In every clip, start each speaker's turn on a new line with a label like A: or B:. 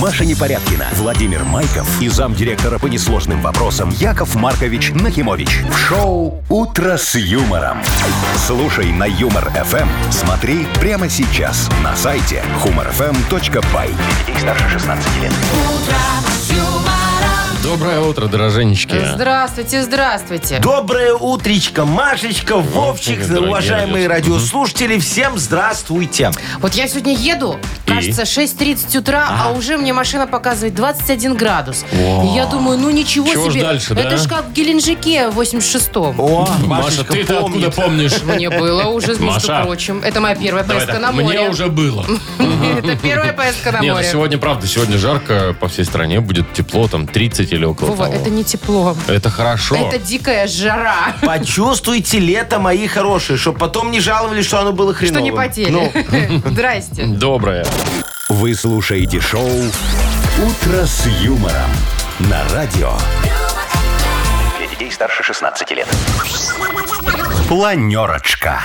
A: Маша Непорядкина, Владимир Майков и замдиректора по несложным вопросам Яков Маркович Нахимович. В шоу «Утро с юмором». Слушай на «Юмор-ФМ». Смотри прямо сейчас на сайте humorfm.by. Для детей старше 16 лет.
B: Доброе утро, дороженечки.
C: Э, Здравствуйте, здравствуйте.
D: Доброе утречко, Машечка, Вовчик,
B: дорогие
D: уважаемые
B: радиослушатели.
D: радиослушатели, всем здравствуйте.
C: Вот я сегодня еду, кажется, 6.30 утра, а уже мне машина показывает 21 градус. И я думаю, ну ничего
B: Чего ж а?
C: себе.
B: дальше,
C: Это
B: да?
C: ж как в Геленджике в 86-м.
D: О,
B: Маша,
D: Машечка
B: ты-то
D: помнит.
B: откуда помнишь?
C: Мне было уже, между
B: Маша.
C: прочим. Это моя первая
B: Давай
C: поездка
B: так,
C: на море.
B: Мне уже было.
C: Это первая поездка на
B: Не, ну
C: море.
B: сегодня, правда, сегодня жарко по всей стране. Будет тепло, там 30 или около
C: Вова,
B: того.
C: это не тепло.
B: Это хорошо.
C: Это дикая жара.
D: Почувствуйте лето, мои хорошие, чтобы потом не жаловались, что оно было
C: Что
D: хреновым. Ну,
C: не
B: Ну,
C: потели. Здрасте.
B: Доброе.
A: Вы слушаете шоу «Утро с юмором» на радио. Для детей старше 16 лет. Планерочка.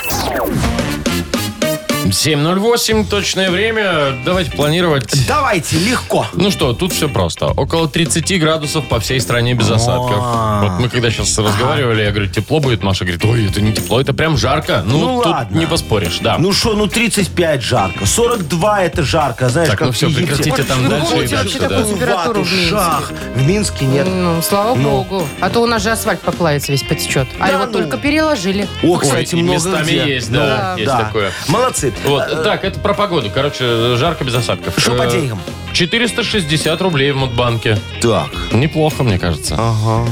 B: 7.08, точное время. Давайте планировать.
D: Давайте, легко.
B: Ну что, тут все просто. Около 30 градусов по всей стране без осадков. Вот мы когда сейчас разговаривали, я говорю, тепло будет. Маша говорит, ой, это не тепло, это прям жарко. Ну,
D: Ну,
B: тут
D: ладно.
B: не поспоришь, да.
D: Ну что, ну 35 жарко, 42 это жарко, а знаешь,
B: так,
D: как
B: ну все,
D: в Египте.
B: прекратите там
C: Ну,
B: дальше и
C: будете
B: дальше.
C: вообще
B: да.
C: такую температуру в Минске.
D: Шах. В Минске нет.
C: Ну, слава
D: Ну.
C: богу. А то у нас же асфальт поплавится весь потечет. А
D: Да
C: его
D: ну.
C: только переложили.
D: О,
B: Ой,
D: кстати,
B: и
D: много
B: местами
D: где.
B: есть, да,
D: Ну,
B: есть такое.
D: Молодцы.
B: Вот, так, это про погоду. Короче, жарко без осадков.
D: Что по
B: Э,
D: деньгам?
B: 460 рублей в Мудбанке.
D: Так.
B: Неплохо, мне кажется.
D: А,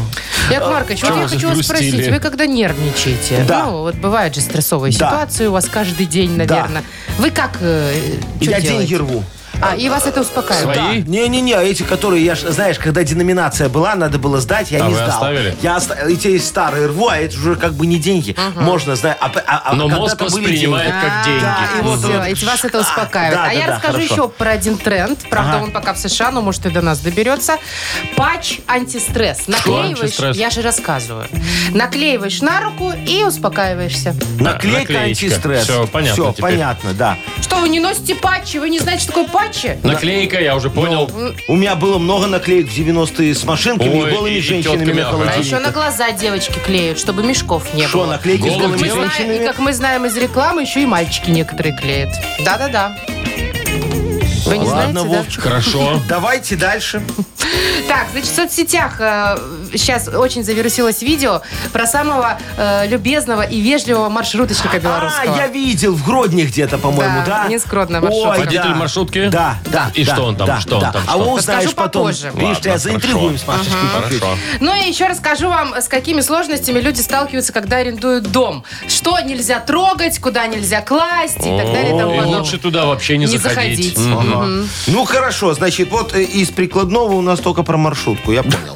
C: Яков Маркович, вот
B: чего
C: я
B: вы
C: хочу вас
B: загрустили?
C: спросить, вы когда нервничаете?
D: Да.
C: Ну, вот бывают же стрессовые
D: Да.
C: ситуации у вас каждый день, наверное. Вы как э, чё
D: Я
C: делаете?
D: деньги рву.
C: А, и вас это успокаивает?
B: Свои?
D: Не-не-не, а эти, которые, я ж, знаешь, когда деноминация была, надо было сдать, я
B: А
D: не
B: вы
D: сдал.
B: оставили?
D: Я оставил. И те есть старые рву, а это уже как бы не деньги. Можно, знаешь, а, а- а
B: Но
D: когда-то
B: мозг
D: были
B: воспринимает
D: деньги.
B: как деньги.
C: Да,
D: и вот-
C: всё,
D: вот-
C: и вас это успокаивает.
D: Да,
C: а
D: да,
C: я
D: да,
C: расскажу
D: хорошо.
C: еще про один тренд. Правда,
D: Ага.
C: он пока в США, но может и до нас доберется. Патч антистресс. Наклеиваешь,
B: Антистресс.
C: я же рассказываю. Наклеиваешь на руку и успокаиваешься.
D: Наклейка
B: наклеечка.
D: антистресс.
B: Всё, понятно
D: Все,
B: теперь.
D: понятно, да.
C: Что, вы не носите патчи? Вы не знаете, что такое патчи?
B: Наклейка, я уже понял.
D: У меня было много наклеек в 90-е с машинками
B: Ой,
D: и голыми
B: и- и
D: женщинами
B: тётками,
D: на
B: ага.
C: А
D: холодильнике.
C: еще на глаза девочки клеют, чтобы мешков не
D: Что,
C: было.
D: наклейки с
B: Голых
C: Мы
D: голыми
B: девочек?
C: знаем,
D: женщинами?
C: и как мы знаем из рекламы, еще и мальчики некоторые клеят. Да-да-да. Вы не
D: Ладно,
C: знаете, да?
D: Вовчик.
B: Хорошо.
D: Давайте дальше.
C: Так, значит, в соцсетях сейчас очень завирусилось видео про самого э, любезного и вежливого маршруточника
D: А,
C: белорусского.
D: я видел в Гродне где-то, по-моему,
C: Да,
D: да?
C: нескромная
D: Ой,
C: маршрутка.
B: Водитель маршрутки?
D: Да, да.
B: И
D: да,
B: что он там,
D: да,
B: что он
D: да.
B: там, что
D: А
B: он
D: вы
B: там?
D: узнаешь
C: Расскажу
D: потом.
C: попозже.
D: Видишь,
B: Ладно,
D: я заинтригуем с
B: хорошо.
D: Машечкой.
B: Хорошо.
C: Ну и еще расскажу вам, с какими сложностями люди сталкиваются, когда арендуют дом. Что нельзя трогать, куда нельзя класть и так далее и тому
B: О, И
C: подобное.
B: лучше туда вообще не
C: Не
B: заходить.
C: заходить.
B: М.
D: Ага. Ну хорошо, значит, вот э, из прикладного у нас только про маршрутку, я понял.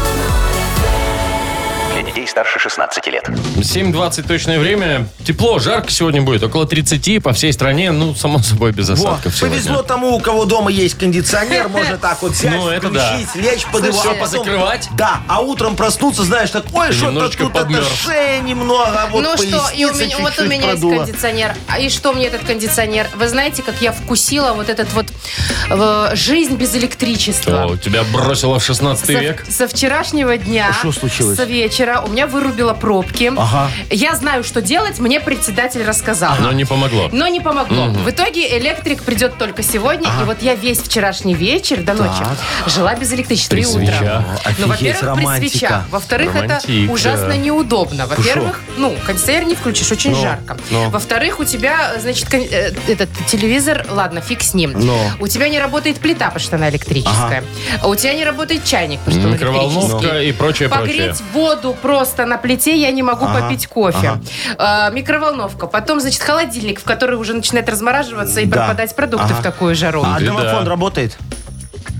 E: Для детей старше 16 лет.
B: 7.20 точное время. Тепло, жарко сегодня будет. Около 30 по всей стране. Ну, само собой, без
D: Во,
B: осадков сегодня.
D: повезло тому, у кого дома есть кондиционер, можно так вот взять,
B: Ну, это да.
D: включить, лечь под его, а
B: Всё
D: потом-
B: позакрывать?
D: Да, а утром проснуться, знаешь, так, ой, что-то
B: Немножечко
D: тут, это
B: подмёрз.
D: шея немного, а вот
C: ну что, и у
D: поясница
C: меня, вот у
D: чуть-чуть
C: меня
D: продуло.
C: есть кондиционер. А и что мне этот кондиционер? Вы знаете, как я вкусила вот этот вот э, жизнь без электричества.
B: О, тебя бросило в 16
C: со,
B: век. А
C: со вчерашнего дня,
D: Что случилось?
C: с вечера, у меня вырубило пробки.
D: Ага.
C: Я знаю, что делать, мне председатель рассказал.
B: Но не помогло.
C: Но не помогло. В итоге электрик придет только сегодня. И вот я весь вчерашний вечер до ночи жила без электричества
B: При
C: и утром.
B: свечах.
D: Офигеть,
C: Ну, во-первых, при
D: романтика.
C: свечах. Во-вторых,
B: Романтик,
C: это ужасно
B: да.
C: неудобно. Во-первых, ну, кондиционер не включишь, очень
D: Ну,
C: жарко.
D: ну.
C: Во-вторых, у тебя, значит, кон- э, этот телевизор, ладно, фиг с ним.
D: Ну.
C: У тебя не работает плита, потому что она электрическая. А У тебя не работает чайник, потому что он электрический.
B: Микроволновка и прочее, прочее.
C: Погреть воду просто на плите я не могу попить кофе. Э, микроволновка. Потом, значит, холодильник, в который уже начинает размораживаться и
D: Да.
C: пропадать продукты
D: Ага.
C: в такую жару.
D: А
B: Беда.
D: домофон работает?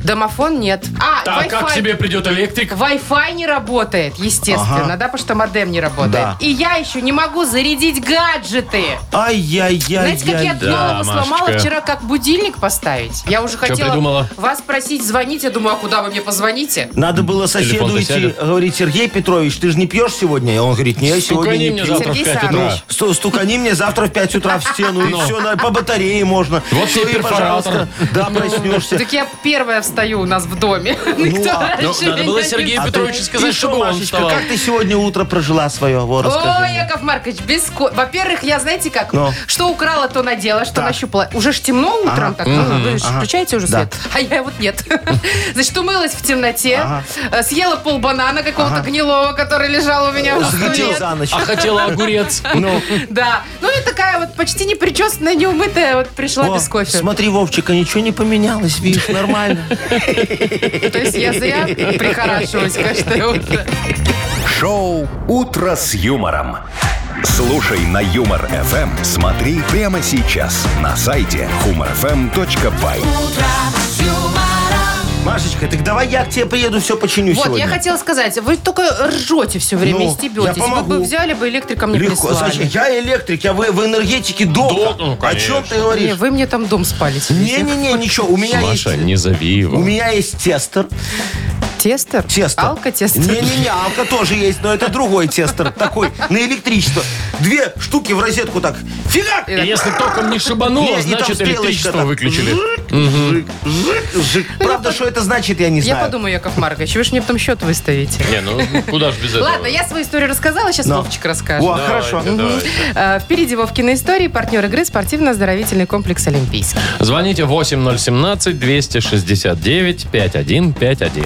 C: Домофон нет. А,
B: Так,
C: Wi-Fi.
B: как тебе придет электрик?
C: Wi-Fi не работает, естественно, да, потому что модем не работает.
D: Да.
C: И я еще не могу зарядить гаджеты.
D: Ай-яй-яй-яй.
C: Знаете, как я
B: да,
C: голову сломала
B: Машечка.
C: вчера, как будильник поставить? Я уже хотела
B: придумала?
C: вас спросить, звонить. Я думаю, а куда вы мне позвоните?
D: Надо было
B: Телефон-то
D: соседу идти,
B: сядет.
D: говорить, Сергей Петрович, ты же не пьешь сегодня? И он говорит, не, я сегодня
B: Стукани
D: не
B: мне
D: пью.
B: завтра в
C: Сергей
B: 5
C: Савич.
B: утра.
D: Сту- Стукани мне завтра в 5 утра в стену, и
B: Ну.
D: все, на- по батарее можно.
B: Вот
D: Всё,
B: тебе
D: и, пожалуйста, Да, проснешься.
C: Так я первая встаю у нас в доме.
D: Ну,
C: Никто
D: а-
B: Ну,
C: раньше
B: надо
C: меня
B: было
C: не
B: Сергею
D: А ты-
B: Петровичу
D: ты
B: сказать,
D: что,
B: чтобы он
D: Машечка,
B: вставал.
D: как ты сегодня утро прожила свое? Во, расскажи
C: О,
D: мне.
C: Яков Маркович, без ко- Во-первых, я, знаете как,
D: Ну.
C: что украла, то надела, что нащупала. Уже ж темно утром, так, ну, вы ж включаете уже свет? А я вот нет. Значит, умылась в темноте, э, съела полбанана какого-то гнилого, который лежал у меня в
D: Сгодил
C: столе.
D: за ночь.
B: А хотела огурец.
C: Да. Ну и такая вот почти не причесанная, не умытая, вот пришла
D: О,
C: без кофе.
D: Смотри, Вовчик, а ничего не поменялось, видишь, нормально.
C: То есть я зря прихорашиваюсь каждое утро.
A: Шоу «Утро с юмором». Слушай на Юмор ФМ. Смотри прямо сейчас на сайте humorfm.by.
D: Машечка, так давай я к тебе приеду, все починю
C: Вот,
D: сегодня.
C: я хотела сказать, вы только ржете все время,
D: Ну,
C: стебетесь.
D: я
C: Вы
D: помогу.
C: бы взяли бы электриком не
D: Легко.
C: прислали.
D: Зачем? Я электрик, я в, в энергетике долго.
B: Дол- ну,
D: О чем ты
C: Не,
D: говоришь?
C: вы мне там дом спалите.
D: Не-не-не, ничего, у меня есть...
B: Маша, не зови
D: У
B: его.
D: меня есть тестер.
C: Тестер?
D: Тестер.
C: Алка-тестер?
D: Не-не-не, алка тоже есть, но это другой тестер. Такой, на электричество. Две штуки в розетку так. Фигак!
B: И Если током не
D: Не,
B: шибануло,
D: и там
B: значит
D: стрелочка
B: электричество
D: так.
B: выключили.
D: Жик, жик, жик. Правда, что это значит, я не
C: Я
D: знаю.
C: подумаю, Яков Маркович, вы же мне потом счет выставите.
B: Не, ну куда же без этого?
C: Ладно, я свою историю рассказала, сейчас
D: Но.
C: Вовчик расскажет.
D: О, хорошо.
B: Давайте, давайте.
C: Э, Впереди Вовкина истории, партнер игры спортивно-оздоровительный комплекс «Олимпийский».
B: Звоните 8017-269-5151.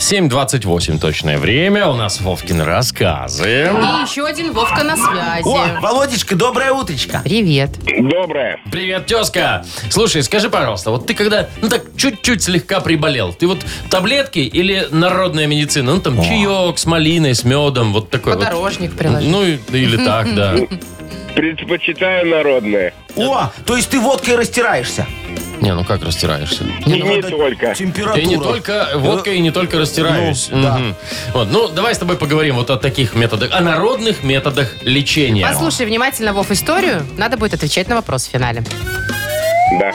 B: 7.28 точное время. У нас Вовкин рассказы.
C: И еще один Вовка на
D: О,
C: связи.
D: Володечка, доброе утречко.
C: Привет.
F: Доброе.
B: Привет, тезка! Слушай, скажи, пожалуйста, вот ты когда, ну так, чуть-чуть слегка приболел, ты вот таблетки или народная медицина? Ну там чаек с малиной, с медом, вот такой вот.
C: Подорожник приложил.
B: Ну, и- или так, да.
F: Предпочитаю народное.
D: О, то есть ты водкой растираешься.
B: Не, ну как растираешься?
F: И не
D: надо-
F: только.
D: Температура. Э,
B: Я не только водка и не только растираюсь.
D: Ну, да.
B: Мгм. Вот, ну, давай с тобой поговорим вот о таких методах, о народных методах лечения.
C: Послушай внимательно, Вов, историю. Надо будет отвечать на вопрос в финале.
F: Да.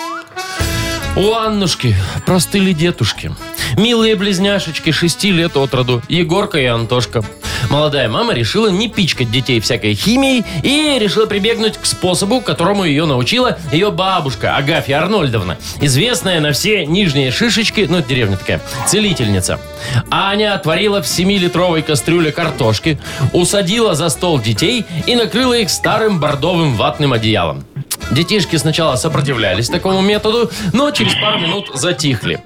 B: У Аннушки, простыли детушки. Милые близняшечки, шести лет от роду, Егорка и Антошка. Молодая мама решила не пичкать детей всякой химией и решила прибегнуть к способу, которому ее научила ее бабушка Агафья Арнольдовна, известная на все нижние шишечки, ну, деревня такая, целительница. Аня отварила в 7-литровой кастрюле картошки, усадила за стол детей и накрыла их старым бордовым ватным одеялом. Детишки сначала сопротивлялись такому методу, но через пару минут затихли.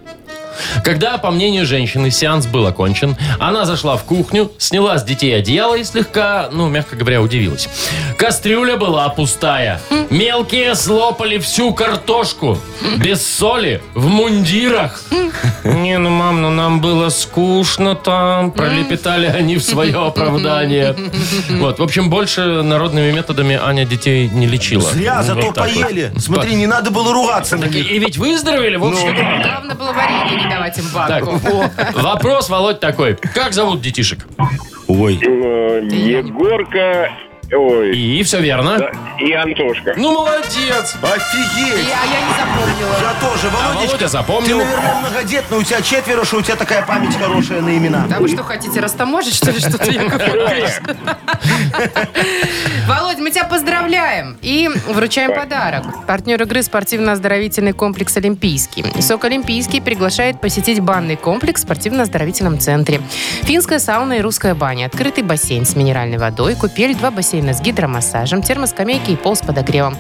B: Когда, по мнению женщины, сеанс был окончен, она зашла в кухню, сняла с детей одеяло и слегка, ну, мягко говоря, удивилась. Кастрюля была пустая. Мелкие слопали всю картошку. Без соли, в мундирах. Не, ну, мам, ну нам было скучно там. Пролепетали они в свое оправдание. Вот, в общем, больше народными методами Аня детей не лечила.
D: Зря,
B: Ну,
D: зато
B: вот так вот.
D: поели. Смотри, Ну, не надо было ругаться на
B: И,
D: них.
B: и ведь выздоровели, в общем.
C: Главное было варенье не давать им
B: Так,
C: банку.
B: вопрос, Володь, такой. Как зовут детишек?
D: Ой.
F: Э, Егорка ой,
B: И все верно.
F: да, и Антошка.
B: Ну, молодец.
C: Я,
D: Офигеть.
C: я не запомнила.
D: Я тоже,
B: Володя
D: Володечка, ты,
B: А запомнил.
D: наверное, многодетный, у тебя четверо, что у тебя такая память хорошая на имена.
C: Да А вы что хотите, растаможить, что ли, что-то, Яков Маркович? Володь, мы тебя поздравляем и вручаем подарок. Партнер игры спортивно-оздоровительный комплекс «Олимпийский». СОК «Олимпийский» приглашает посетить банный комплекс в спортивно-оздоровительном центре. Финская сауна и русская баня, открытый бассейн с минеральной водой, купель, два бассейна с гидромассажем, термоскамейки и пол с подогревом.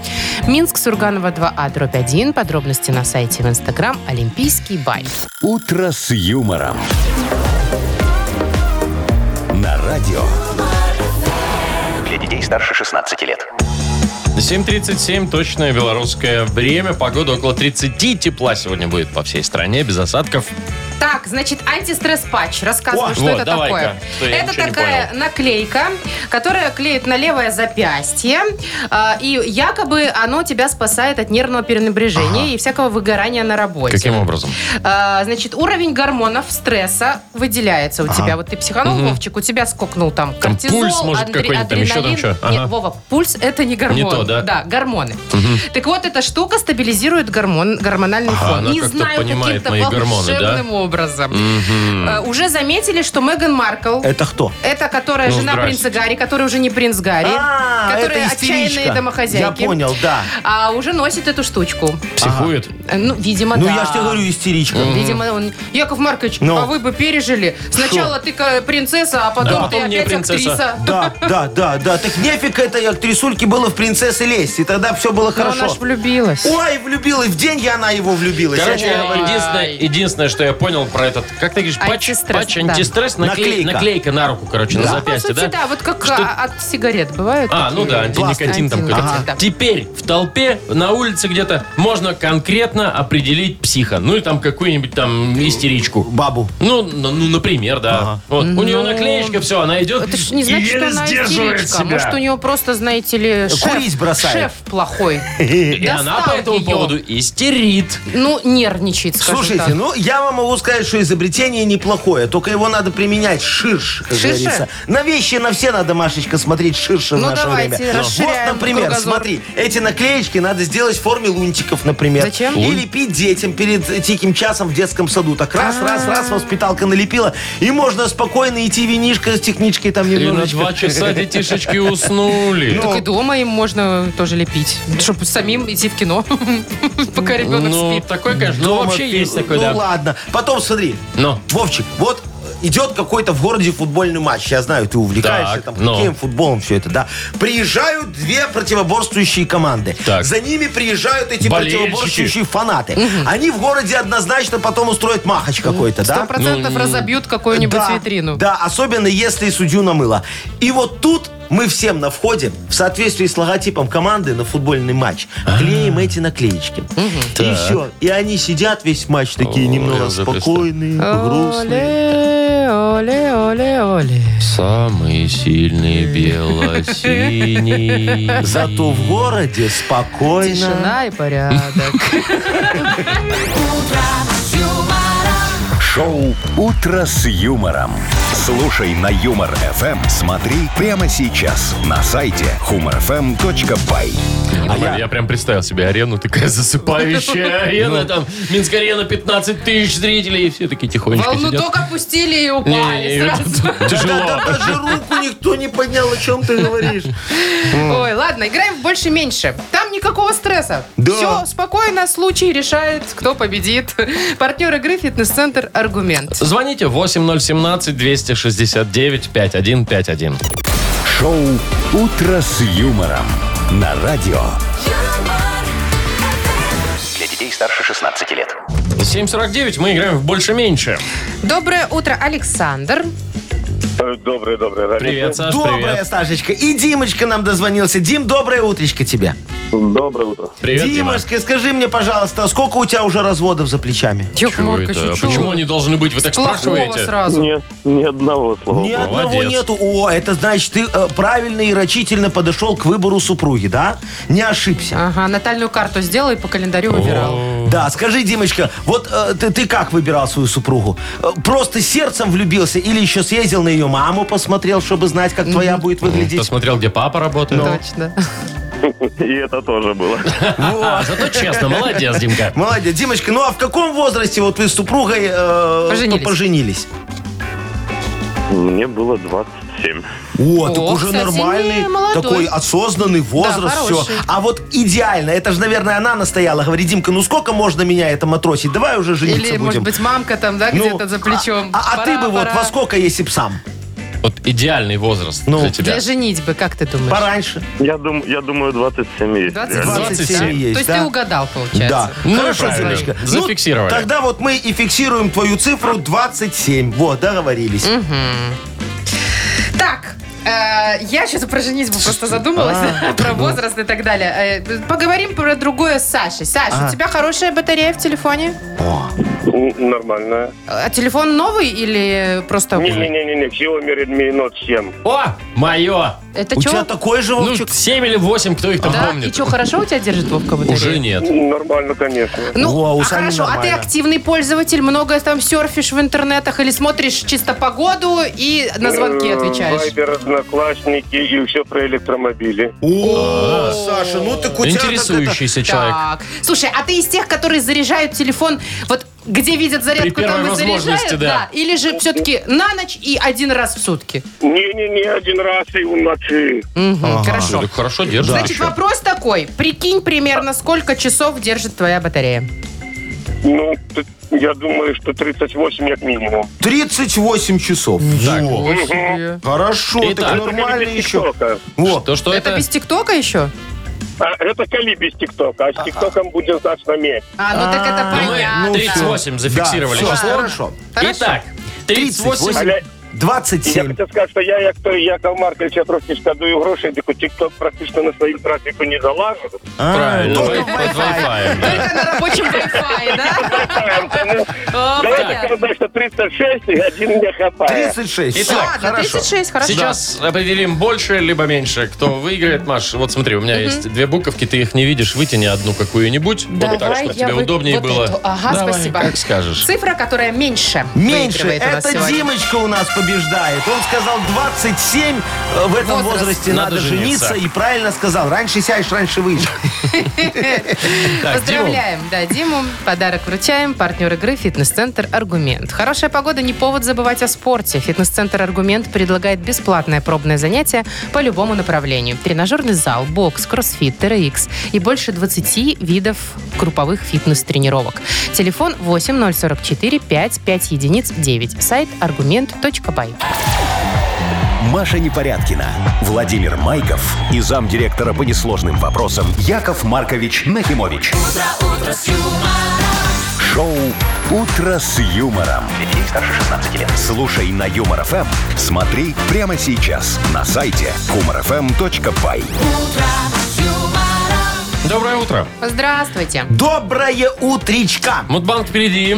C: Минск, Сурганова 2А, дробь 1. Подробности на сайте и в Инстаграм «Олимпийский бай».
A: «Утро с юмором». На радио.
E: Для детей старше 16 лет.
B: 7.37, точное белорусское время. Погода около 30. Тепла сегодня будет по всей стране, без осадков.
C: Так, значит, антистресс-патч. Рассказываю,
B: О,
C: что
B: вот,
C: это
B: давай-ка,
C: такое.
B: что я
C: это
B: ничего не
C: такая наклейка, которая клеит на левое запястье, а, и якобы оно тебя спасает от нервного перенапряжения и всякого выгорания на работе.
B: Каким образом?
C: А, значит, уровень гормонов стресса выделяется у тебя. Вот ты психанул, Вовчик, у тебя скокнул там
B: Там
C: кортизол,
B: пульс, может,
C: адре-
B: какой-нибудь там, еще там
C: адреналин.
B: что? Ага.
C: Нет, Вова, пульс это не гормон.
B: то, да?
C: гормоны. Так вот, эта штука стабилизирует гормон, гормональный
B: Ага,
C: фон.
B: она
C: не
B: как-то
C: знаю,
B: понимает
C: каким-то
B: мои гормоны, да?
C: волшебным образом. Э, Уже заметили, что Меган Маркл...
D: Это кто?
C: Это которая
B: Ну,
C: жена
B: здрасте.
C: принца Гарри, который уже не принц Гарри,
D: А,
C: которая
D: это истеричка.
C: отчаянные домохозяйки.
D: Я понял, да.
C: А уже носит эту штучку.
B: Психует?
C: Э, Ну, видимо,
D: Ну,
C: да.
D: я же тебе говорю, истеричка.
C: Видимо, он... Яков Маркович,
D: Ну.
C: а вы бы пережили. Сначала ты ка- принцесса, а потом
B: Да.
C: ты
B: Потом не
C: опять
B: принцесса.
C: актриса.
D: Да, да, да, да. Так нефиг этой актрисульке было в принцессы лезть, и тогда все было
C: Но Ну, она
D: хорошо.
C: ж влюбилась.
D: Ой, влюбилась, в деньги она его влюбилась.
B: Короче,
D: Я тебе
B: я
D: говорю.
B: единственное, единственное, что я понял про этот, как ты говоришь, патч,
C: Антистресс,
B: патч,
C: да.
B: антистресс, наклей- наклейка.
D: Наклейка.
B: на руку, короче, на
C: Ну, по
B: запястье,
C: сути,
B: да?
C: да? вот как а, от сигарет бывает.
B: А, ну да, антиникотин там какой-то.
C: Антиникотин, да.
B: Теперь в толпе, на улице где-то можно конкретно определить психа. Ну и там какую-нибудь там истеричку.
D: Бабу.
B: Ну, ну, ну, например, да. Вот. У нее наклеечка, все, она идет.
C: Ну. Это ж не
B: и
C: значит, что
B: еле
C: она
B: сдерживает
C: истеричка.
B: себя.
C: Может, у него просто, знаете ли, шеф,
D: Курить бросает.
C: шеф плохой.
B: И она по
C: достал
B: этому
C: ее.
B: поводу истерит.
C: Ну, нервничает, скажем
D: Слушайте,
C: так.
D: ну я вам могу сказать, что изобретение неплохое, только его надо применять ширше, как
C: Ширше?
D: говорится. На вещи на все надо, Машечка, смотреть ширше
C: Ну,
D: в наше
C: давайте,
D: время. Вот,
C: расширяем
D: например,
C: кругозор.
D: смотри, эти наклеечки надо сделать в форме лунтиков, например.
C: Зачем?
D: И лепить детям перед тиким часом в детском саду. Так
C: А.
D: раз, раз, раз воспиталка налепила, и можно спокойно идти винишко с техничкой там
B: И на
D: немножечко. Ну,
B: два часа детишечки уснули.
C: Так и дома им можно тоже лепить. Чтобы самим идти в кино, пока ребенок
B: Ну,
C: спит.
B: такой, конечно, ну
D: Дома
B: вообще
D: пи-
B: есть такой,
D: Ну
B: да.
D: ладно. Потом смотри.
B: Но.
D: Вовчик, вот идет какой-то в городе футбольный матч. Я знаю, ты увлекаешься
B: Так, ну.
D: там
B: но.
D: хоккеем, футболом, все это, да. Приезжают две противоборствующие команды.
B: Так.
D: За ними приезжают эти
B: Болельщики.
D: противоборствующие фанаты. Они в городе однозначно потом устроят махач какой-то,
C: Сто
D: да?
C: процентов разобьют какую-нибудь
D: да,
C: витрину.
D: Да, особенно если судью намыло. И вот тут мы всем на входе, в соответствии с логотипом команды на футбольный матч,
B: А.
D: клеим эти наклеечки. И все. И они сидят весь матч
B: О, я
D: такие немного
B: уже
D: спокойные, грустные.
C: Оле, оле, оле, оле.
B: Самые сильные бело-синие.
D: Зато в городе спокойно.
C: Тишина и порядок.
A: Шоу «Утро с юмором». Слушай на Юмор ФМ. Смотри прямо сейчас на сайте humorfm.by.
C: А
B: я... прям представил себе арену, такая засыпающая арена,
C: Ну.
B: там Минск-арена, 15 тысяч зрителей, и все такие тихонечко
C: Волну
B: сидят.
C: Ну, только пустили и
B: Не,
C: упали сразу.
B: Тяжело.
D: Да даже руку никто не поднял, о чем ты говоришь.
C: Ой, ладно, играем в больше-меньше. Там никакого стресса.
D: Да.
C: Все спокойно, случай решает, кто победит. Партнер игры «Фитнес-центр Аргумент».
B: Звоните 8017-269-5151.
A: Шоу «Утро с юмором» на радио.
E: Для детей старше 16 лет.
B: 7.49, мы играем в «Больше-меньше».
C: Доброе утро, Александр.
F: Доброе, доброе.
B: Привет, Саш,
D: Доброе,
B: привет.
D: Сашечка. И Димочка нам дозвонился. Дим, доброе утречко тебе.
F: Доброе утро.
B: Привет, Дима.
D: Димочка, скажи мне, пожалуйста, а сколько у тебя уже разводов за плечами?
C: Чего
B: Чего
D: А
B: это? Почему они должны быть? Вы так
C: Плохого
B: спрашиваете?
C: сразу.
F: Нет, ни одного слова.
D: Ни одного
B: молодец.
D: нету. О, это значит, ты э, правильно и рачительно подошел к выбору супруги, да? Не ошибся.
C: Ага, натальную карту сделал и по календарю выбирал.
D: Да, скажи, Димочка, вот э, ты, ты как выбирал свою супругу? Э, Просто сердцем влюбился или еще съездил на ее маму, посмотрел, чтобы знать, как твоя будет выглядеть?
B: Посмотрел, где папа работает.
C: Точно.
F: И это тоже было.
B: А, зато честно, молодец, Димка.
D: Молодец, Димочка, ну а в каком возрасте вот вы с супругой э,
C: Поженились.
D: поженились?
F: Мне было 27.
D: О, так
C: О,
D: уже
C: кстати,
D: нормальный,
C: не молодой.
D: такой осознанный возраст,
C: Да,
D: все.
C: хороший.
D: А вот идеально, это же, наверное, она настояла. Говорит, Димка, ну сколько можно меня это матросить? Давай уже жениться
C: Или,
D: будем.
C: может быть, мамка там, да,
D: Ну,
C: где-то за плечом.
D: А, а- а ты
C: Пора,
D: бы вот
C: пора.
D: во сколько, если б сам?
B: Вот идеальный возраст
D: Ну.
B: для тебя.
C: Для женитьбы, как ты думаешь?
D: Пораньше.
F: Я, дум, я думаю, 27 есть.
C: 27,
B: 27
C: да?
D: есть,
C: То есть
D: да.
C: ты угадал, получается.
D: Да.
B: Ну и
D: Хорошо,
B: правильно.
D: Зиночка. Ну,
B: Зафиксировали.
D: тогда вот мы и фиксируем твою цифру 27. Вот, договорились.
C: Так, э, я сейчас про женитьбу просто задумалась,
D: А.
C: про возраст и так
D: А.
C: далее. Э, Поговорим про другое с Сашей. Саш, у тебя хорошая батарея в телефоне?
D: О,
G: Н- Нормально.
C: А телефон новый или просто...
G: Не-не-не, Xiaomi Redmi Note 7.
B: О, мое!
C: Это
D: У тебя
C: что?
D: такой же,
B: Ну,
D: Вовчик?
B: 7 или 8, кто их там
C: Да? И
B: помнит?
C: что, хорошо у тебя держит Вовка батарея?
B: Уже нет.
G: Нормально, конечно.
C: Ну,
D: Во, у
C: а
D: Сани
C: хорошо, а ты
D: нормально.
C: активный пользователь, много там серфишь в интернетах или смотришь чисто погоду и на звонки
G: Э,
C: отвечаешь?
G: Вайбер, одноклассники и все про электромобили.
D: О, Саша, ну ты кутя
B: Интересующийся человек.
C: Так. Слушай, а ты из тех, которые заряжают телефон, вот где видят зарядку,
B: При первой
C: там и
B: возможности,
C: заряжают?
B: да.
C: Или же все-таки на ночь и один раз в сутки?
G: Не-не-не, один раз и у ночи.
C: Мгм,
B: Что,
C: Хорошо.
B: так хорошо держит.
C: Значит,
B: еще.
C: вопрос такой. Прикинь примерно, сколько часов держит твоя батарея?
G: Ну, т- я думаю, что 38 как минимум.
D: 38 часов. Во. Хорошо,
B: Итак.
D: так нормально
G: Это без
D: еще.
G: ТикТока.
D: Во.
B: То, что
C: Это
B: Ну, это...
C: без ТикТока еще?
G: А, это Кали без ТикТока, а с ТикТоком будет значно меньше.
C: А, ну так это
B: Ну, мы
C: понятно.
B: 38 зафиксировали.
D: Да,
B: Сейчас
D: все,
B: ладно.
D: хорошо.
C: Хорошо.
B: Итак, 38...
G: Аля, я
D: 27.
G: хотів сказати, що я, як той Яков Маркович, я трохи шкодую грошей, тільки TikTok практично на своїм трафіку не залажу.
D: А,
B: Правильно,
D: только
B: под
D: в Wi-Fi.
B: Wi-Fi. да.
C: Только на рабочем Wi-Fi, да?
G: Тому
C: О,
G: Давайте
C: Ну, понятно.
G: казати, що 36 і один не хапає.
D: 36.
B: Итак,
D: Всё,
C: Ладно, 36, хорошо.
B: Сейчас определим больше либо меньше, кто выиграет. Маш, вот смотри, у меня есть две буковки, ты их не видишь, вытяни одну какую-нибудь.
C: Давай
B: вот так, чтобы
C: я
B: тебе
C: вы-
B: удобнее
C: вот
B: было.
C: эту. А, Ага,
B: Давай,
C: спасибо.
B: Как скажешь.
C: Цифра, которая меньше.
D: Меньше.
C: выигрывает у нас
D: Это
C: сегодня.
D: Димочка у нас побеждает. Он сказал 27. э, В этом
C: Возраст.
D: возрасте
B: Надо
D: надо,
B: жениться.
D: жениться. И правильно сказал. Раньше сядешь, раньше выйдешь.
B: Так, Дима,
C: Поздравляем, да, Диму. Подарок вручаем. Партнер игры «Фитнес-центр Аргумент». Хорошая погода – не повод забывать о спорте. «Фитнес-центр Аргумент» предлагает бесплатное пробное занятие по любому направлению. Тренажерный зал, бокс, кроссфит, TRX и больше 20 видов групповых фитнес-тренировок. Телефон 8044 55 единиц 9. Сайт argument.by.
A: Маша Непорядкина, Владимир Майков и замдиректора по несложным вопросам Яков Маркович Нахимович. Шоу Утро с юмором. Детей старше 16 лет. Слушай на юмор ФМ. Смотри прямо сейчас на сайте humorfm.by.
B: Доброе утро.
C: Здравствуйте.
D: Доброе утречка.
B: Мудбанк впереди.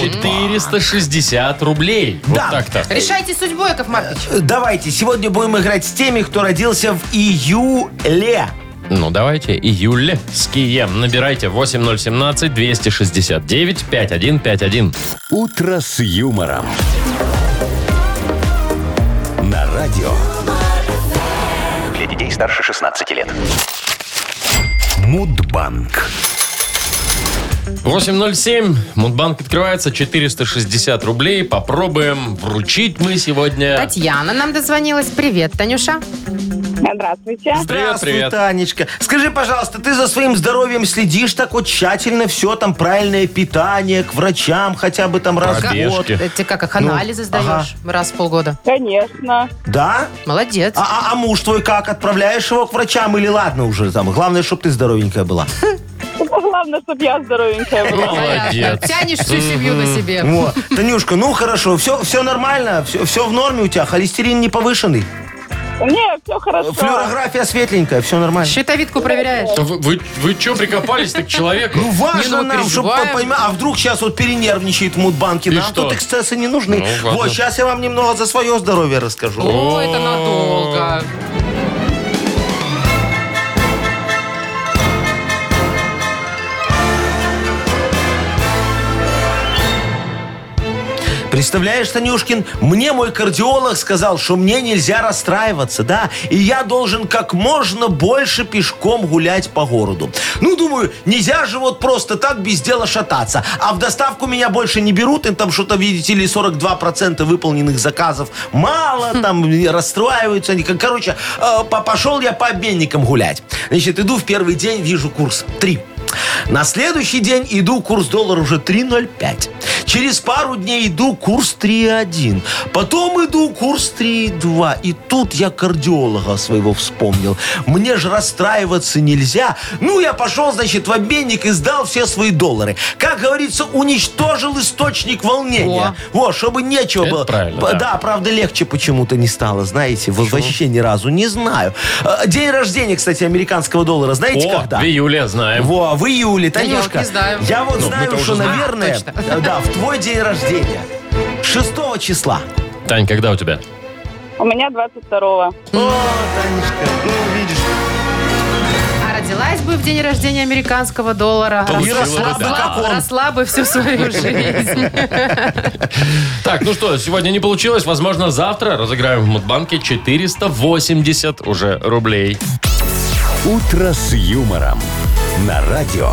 B: 460 рублей. Вот
D: Да.
B: так-то.
C: Решайте судьбу, Яков Маркович.
D: Давайте, сегодня будем играть с теми, кто родился в июле.
B: Ну, давайте июльские. Набирайте 8017-269-5151.
A: Утро с юмором. На радио
E: Для детей старше 16 лет.
A: Мудбанк.
B: 8.07. Мудбанк открывается. 460 рублей. Попробуем вручить мы сегодня.
C: Татьяна нам дозвонилась. Привет, Танюша.
H: Здравствуйте.
B: Привет,
D: Здравствуй,
B: привет.
D: Танечка. Скажи, пожалуйста, ты за своим здоровьем следишь так вот тщательно, все там правильное питание, к врачам хотя бы там раз в год.
B: Пробежки.
C: Ты как, их анализы сдаешь раз в полгода?
H: Конечно.
D: Да?
C: Молодец.
D: А, а- а муж твой как? Отправляешь его к врачам или ладно уже там? Главное, чтобы ты здоровенькая была.
H: Ну, Главное, чтобы я здоровенькая была.
B: Молодец.
C: Тянешь всю семью на себе.
D: Вот. Танюшка, ну хорошо, все, все нормально, все, все в норме у тебя, холестерин не повышенный,
H: Не, все хорошо.
D: флюорография светленькая, все нормально.
C: Щитовидку проверяешь?
B: Да Вы, вы, вы чё прикопались так к человеку?
D: Ну важно
C: ну,
D: нам, чтобы
C: переживаем.
D: понимать, а вдруг сейчас вот перенервничает мудбанки,
B: И
D: нам
B: что?
D: тут эксцессы не нужны.
B: Ну, ладно.
D: вот, сейчас я вам немного за свое здоровье расскажу.
C: О, это надолго.
D: Представляешь, Танюшкин, мне мой кардиолог сказал, что мне нельзя расстраиваться, да, и я должен как можно больше пешком гулять по городу. Ну, думаю, нельзя же вот просто так без дела шататься. А в доставку меня больше не берут, и там что-то, видите ли, 42% выполненных заказов мало, там и расстраиваются они. Кор- Короче, э, по- пошел я по обменникам гулять. Значит, иду в первый день, вижу курс 3. На следующий день иду, курс доллара уже 3.05. Через пару дней иду, курс 3.1. Потом иду, курс 3.2. И тут я кардиолога своего вспомнил. Мне же расстраиваться нельзя. Ну, я пошел, значит, в обменник и сдал все свои доллары. Как говорится, уничтожил источник волнения. Вот, чтобы нечего
B: Это
D: было.
B: правильно,
D: П-
B: да.
D: да, правда, легче почему-то не стало, знаете. Вот вообще ни разу, не знаю. Э, День рождения, кстати, американского доллара, знаете,
B: О,
D: когда?
B: в июле, знаем.
D: Во, в июле,
C: Да я вот
D: Танюшка.
C: не знаю.
D: Я вот
B: Эм. Ну,
D: знаю,
B: мы-то уже
D: что,
C: знаем.
D: наверное,
C: А,
D: э, да, в твой день рождения. 6 числа.
B: Тань, когда у тебя?
H: У меня 22-го.
D: О, Танечка, ну видишь,
C: А родилась бы в день рождения американскому доллара.
B: Получила бы,
C: росла,
B: да.
D: Как он.
C: росла бы всю свою жизнь.
B: Так, ну что, сегодня не получилось. Возможно, завтра разыграем в Мудбанке 480 уже рублей.
A: «Утро с юмором» на радио.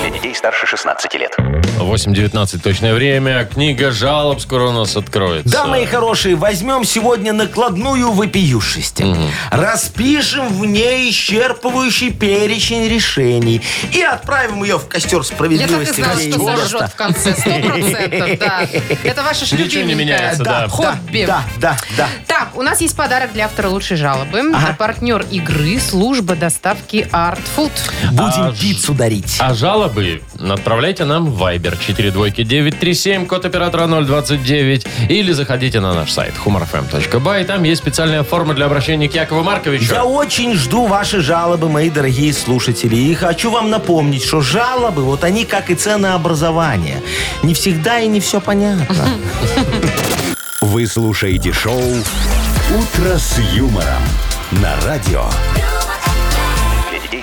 E: Для детей старше 16 лет.
B: 8.19 точное время. Книга жалоб скоро у нас откроется.
D: Да, мои хорошие, возьмем сегодня накладную вопиюшести. Распишем в ней исчерпывающий перечень решений и отправим ее в костер
C: Я так и
D: справедливости.
C: знала,
D: где
C: что
D: ей
C: сожжет
D: место.
C: в конце. Сто процентов, да. Это ваша ж
B: Ничего не
C: любименькая.
B: меняется, да.
C: Хобби.
D: Да, да, да.
C: Так, у нас есть подарок для автора лучшей жалобы.
D: Ага.
C: А партнер игры – служба доставки Art Food.
D: Будем
B: А ж-
D: пиццу дарить.
B: А жалобы отправляйте нам в Viber 42937, код оператора 029, или заходите на наш сайт humorfm.by. Там есть специальная форма для обращения к Якову Марковичу.
D: Я очень жду ваши жалобы, мои дорогие слушатели. И хочу вам напомнить, что жалобы, вот они как и ценообразование. Не всегда и не все понятно.
A: Вы слушаете шоу «Утро с юмором» на радио.
E: Для детей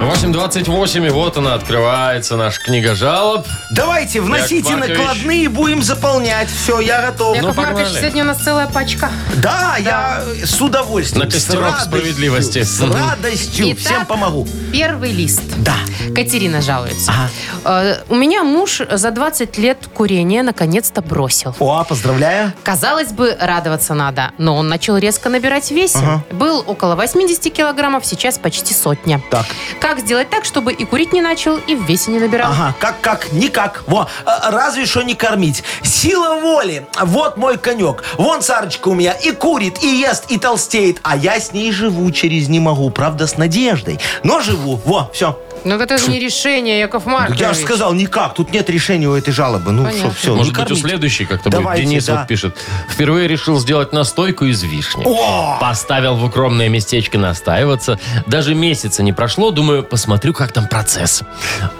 B: 8.28, и вот она открывается, наша книга жалоб.
D: Давайте, вносите
B: Яков Маркович.
D: накладные, будем заполнять. Все, я готов.
C: Яков
B: погнали.
C: Маркович, сегодня у нас целая пачка.
D: Да, я с удовольствием.
B: На
D: с
B: костерок
D: радостью,
B: справедливости.
D: С радостью.
C: Итак,
D: Всем помогу.
C: Первый лист.
D: Да. А,
C: Катерина жалуется.
D: Ага.
C: Э, У меня муж за 20 лет курения наконец-то бросил.
D: О, поздравляю.
C: Казалось бы, радоваться надо, но он начал резко набирать весе.
D: Ага.
C: Был около 80 килограммов, сейчас почти сотня.
D: Так.
C: Как сделать так, чтобы и курить не начал, и в весе не набирал?
D: Ага, как, как, никак. Во, а, разве что не кормить. Сила воли. Вот мой конек. Вон Сарочка у меня и курит, и ест, и толстеет. А я с ней живу через не могу. Правда, с надеждой. Но живу. Во, все.
C: Ну это же не решение, Яков Маркович.
D: Ну, Я же сказал, никак. Тут нет решения у этой жалобы. Ну
C: Понятно.
D: что, все.
B: А Может быть, у следующей как-то
D: Давайте,
B: будет. Денис
D: да.
B: вот пишет. Впервые решил сделать настойку из вишни.
D: О!
B: Поставил в укромное местечко настаиваться. Даже месяца не прошло. Думаю, посмотрю, как там процесс.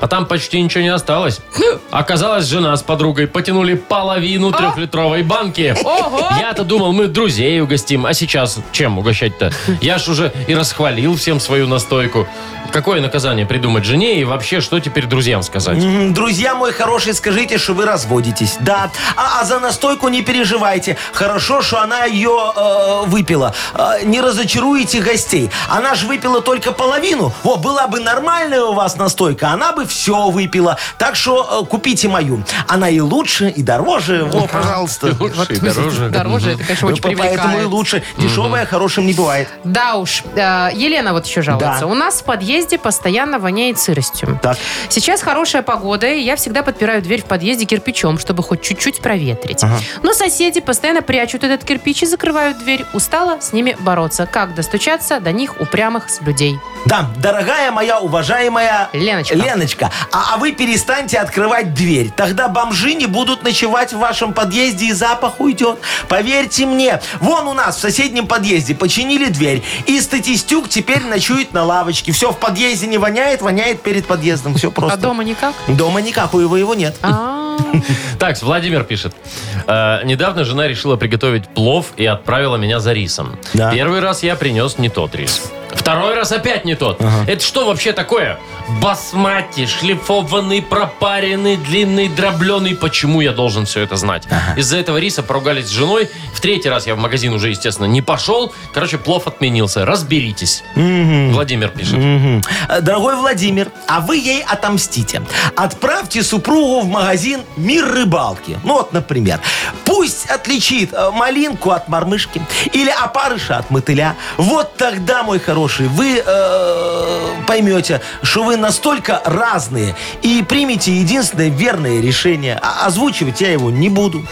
B: А там почти ничего не осталось. Оказалось, жена с подругой потянули половину
D: А?
B: трехлитровой банки.
C: Ого!
B: Я-то думал, мы друзей угостим. А сейчас чем угощать-то? Я ж уже и расхвалил всем свою настойку. Какое наказание придумать жене и вообще, что теперь друзьям сказать?
D: М, Друзья мой хорошие, скажите, что вы разводитесь. Да. А, а за настойку не переживайте. Хорошо, что она ее э, выпила. Э, не разочаруете гостей. Она же выпила только половину. Во, была бы нормальная у вас настойка, она бы все выпила. Так что э, купите мою. Она и лучше, и дороже. Во, пожалуйста.
B: Лучше и дороже.
C: Дороже, это, конечно, очень
D: Ну, Поэтому и
C: привлекает.
D: лучше. Дешевая хорошим не бывает.
C: Да уж. Э, Елена вот еще жалуется.
D: Да.
C: У нас в подъезде постоянно воняет сыростью.
D: Так.
C: Сейчас хорошая погода, и я всегда подпираю дверь в подъезде кирпичом, чтобы хоть чуть-чуть проветрить. Но соседи постоянно прячут этот кирпич и закрывают дверь. Устала с ними бороться. Как достучаться до них упрямых с людей?
D: Да, дорогая моя уважаемая
C: Леночка.
D: Леночка, а, а вы перестаньте открывать дверь. Тогда бомжи не будут ночевать в вашем подъезде и запах уйдет. Поверьте мне, вон у нас в соседнем подъезде починили дверь, и статистюк теперь ночует на лавочке. Все в подъезде не воняет, воняет перед подъездом. Все
C: А
D: просто.
C: дома никак?
D: Дома никак, у его его нет.
C: А,
B: Так, Владимир пишет. «Э, недавно жена решила приготовить плов и отправила меня за рисом.
D: Да.
B: Первый раз я принес не тот рис. Второй раз опять не тот. Это что вообще такое? Басмати, шлифованный, пропаренный, длинный, дробленый. Почему я должен все это знать? Из-за этого риса поругались с женой. В третий раз я в магазин уже, естественно, не пошел. Короче, плов отменился. Разберитесь. Владимир пишет.
D: Мгм. Э, Дорогой Владимир, а вы ей отомстите. Отправьте супругу в магазин «Мир рыбалки». Ну вот, например. Пусть отличит э, малинку от мормышки или опарыша от мотыля. Вот тогда, мой хороший, вы э, поймете, что вы настолько разные и примете единственное верное решение. А озвучивать я его не буду.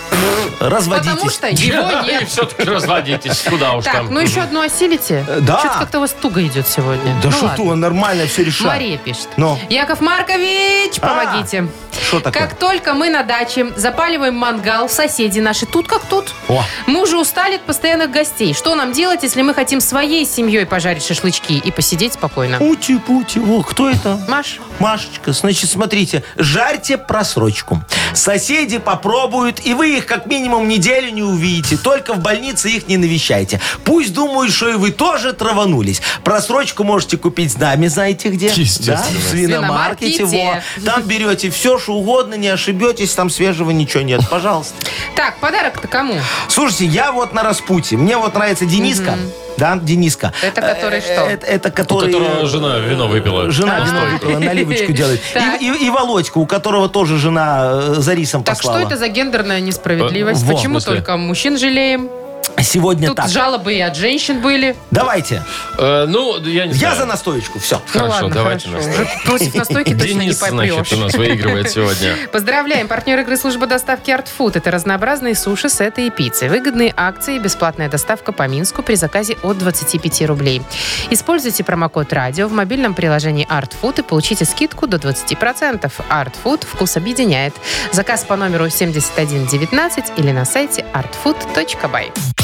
D: Разводитесь.
C: Потому что его
B: И
C: нет.
B: все-таки разводитесь. Куда уж
C: Так,
B: там.
C: ну еще одну осилите?
D: Э, да.
C: Что-то как-то у вас туго идет сегодня.
D: Да
C: Ну
D: что
C: ладно.
D: ты, он нормально все решает.
C: Мария пишет.
D: Но.
C: Яков Маркович,
D: А,
C: помогите.
D: Что такое?
C: Как только мы на даче запаливаем мангал, соседи наши тут как тут.
D: О.
C: Мы уже устали от постоянных гостей. Что нам делать, если мы хотим своей семьей пожарить шашлычки и посидеть спокойно?
D: Пути-пути. О, кто это?
C: Маш,
D: Машечка, значит, смотрите, жарьте просрочку. Соседи попробуют, и вы их как минимум неделю не увидите. Только в больнице их не навещайте. Пусть думают, что и вы тоже траванулись. Просрочку можете купить с нами, знаете где?
B: Естественно.
D: Да, в свиномаркете.
C: Свиномаркете.
D: во. Там берете все, что угодно, не ошибетесь, там свежего ничего нет. Пожалуйста.
C: так, подарок-то кому?
D: Слушайте, я вот на распутье. Мне вот нравится Дениска. Да, Дениска.
C: Это который
D: Э,
C: что?
D: Это, это
B: У
D: который... э,
B: которого жена вино выпила.
D: Жена
C: А.
D: вино выпила, наливочку делает. И-
C: Так.
D: И, и Володька, у которого тоже жена э, за рисом
C: Так
D: послала.
C: что это за гендерная несправедливость?
B: Э, во,
C: Почему
B: в смысле?
C: только мужчин жалеем?
D: Сегодня
C: Тут
D: так.
C: жалобы и от женщин были.
D: Давайте.
B: Э, ну, я не
D: Я
B: знаю.
D: за настоечку. Все.
B: Хорошо,
C: ну ладно,
B: давайте
C: хорошо.
B: настойку.
C: Уже против настойки точно не
B: Денис,
C: попрешь.
B: значит, у нас выигрывает сегодня.
C: Поздравляем! Партнер игры служба доставки Art Food. Это разнообразные суши, сеты и пиццы. Выгодные акции и бесплатная доставка по Минску при заказе от 25 рублей. Используйте промокод «Радио» в мобильном приложении Art Food и получите скидку до 20%. Art Food вкус объединяет. Заказ по номеру 7119 или на сайте artfood.by.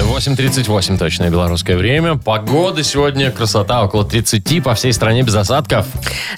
B: 8.38 точное белорусское время. Погода сегодня, красота, около 30 по всей стране без осадков.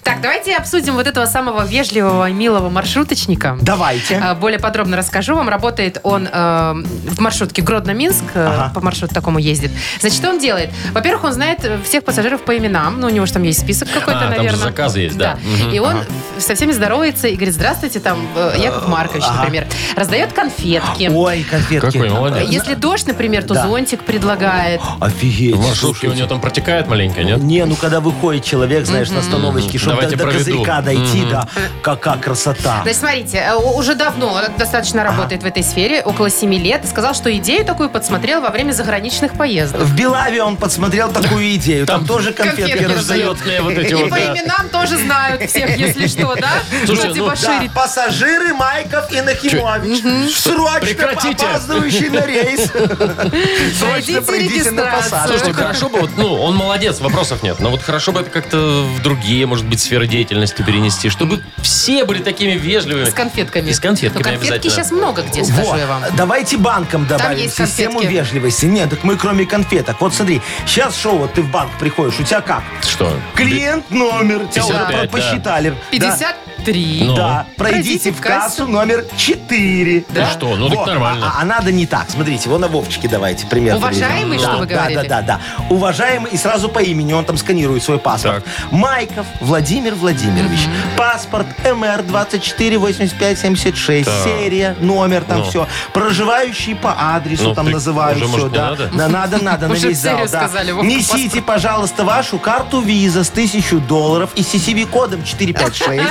C: Так, давайте обсудим вот этого самого вежливого и милого маршруточника.
D: Давайте.
C: А, Более подробно расскажу вам. Работает он э, в маршрутке Гродно-Минск. э,
D: Ага.
C: По маршруту такому ездит. Значит, что он делает? Во-первых, он знает э, всех пассажиров по именам. Ну, у него же там есть список какой-то,
B: А, там же
C: наверное.
B: заказы есть, да. Мгм.
C: И он со всеми здоровается и говорит, здравствуйте, там, э, Яков Маркович, например. Раздает конфетки.
D: Ой, конфетки.
B: Какой молодец.
C: Если дождь, например, то
D: Да.
C: зонтик предлагает.
D: Офигеть.
B: В маршрутке у
D: слушайте.
B: него там протекает маленько, нет?
D: Не, ну когда выходит человек, знаешь, на остановочке, чтобы
B: Давайте
D: до, до
B: проведу.
D: козырька дойти, да. Какая красота.
C: Значит, смотрите, э, у- уже давно он достаточно работает в этой сфере, около 7 лет. Сказал, что идею такую подсмотрел во время заграничных поездок.
D: В Белаве он подсмотрел такую идею. Там, тоже конфетки,
C: конфетки
D: раздает.
C: раздает.
B: Залетные вот эти
C: И
B: вот,
C: по
B: да.
C: именам тоже знают всех, если что, да?
B: Слушай,
C: Что
B: ну
C: типа
D: Да,
C: шире.
D: пассажиры Майков и Нахимович. Срочно
B: Прекратите.
D: опаздывающий на рейс.
C: Найдите
D: Срочно пройдите на
C: регистрацию.
D: посадку.
B: Слушайте, хорошо бы, вот, ну, он молодец, вопросов нет, но вот хорошо бы это как-то в другие, может быть, сферы деятельности перенести, чтобы все были такими вежливыми.
C: С конфетками.
B: И с конфетками
C: Но конфетки
B: обязательно.
C: сейчас много где, скажу я вам.
D: Вот, Давайте банкам добавим
C: есть
D: систему
C: конфетки.
D: вежливости. Нет, так мы кроме конфеток. Вот смотри, сейчас шоу, вот ты в банк приходишь, у тебя как?
B: Что?
D: Клиент номер, тебя вот
B: 55,
D: по- посчитали. Да.
C: 53.
B: Ну.
D: Да, пройдите в кассу номер 4.
B: Ну что, ну так
D: Вот,
B: нормально.
D: А, а- а надо не так. Смотрите, вон на Вовчике давайте пример.
C: Уважаемый,
D: приведем.
C: что
D: да,
C: вы
D: да,
C: говорили?
D: Да, да, да. Уважаемый и сразу по имени, он там сканирует свой паспорт. Майков Владимир Владимирович. Паспорт МР 248576. Серия, номер там
B: Ну.
D: все. Проживающий по адресу
B: Ну,
D: там
B: ты-
D: называют
B: уже,
D: все.
B: может, не
D: да.
B: надо?
D: Да, надо, надо, на
C: Уже
D: весь зал.
C: серию
D: да.
C: сказали, Вовка,
D: Несите, пожалуйста, вашу карту виза с 1000 долларов и CCV-кодом 456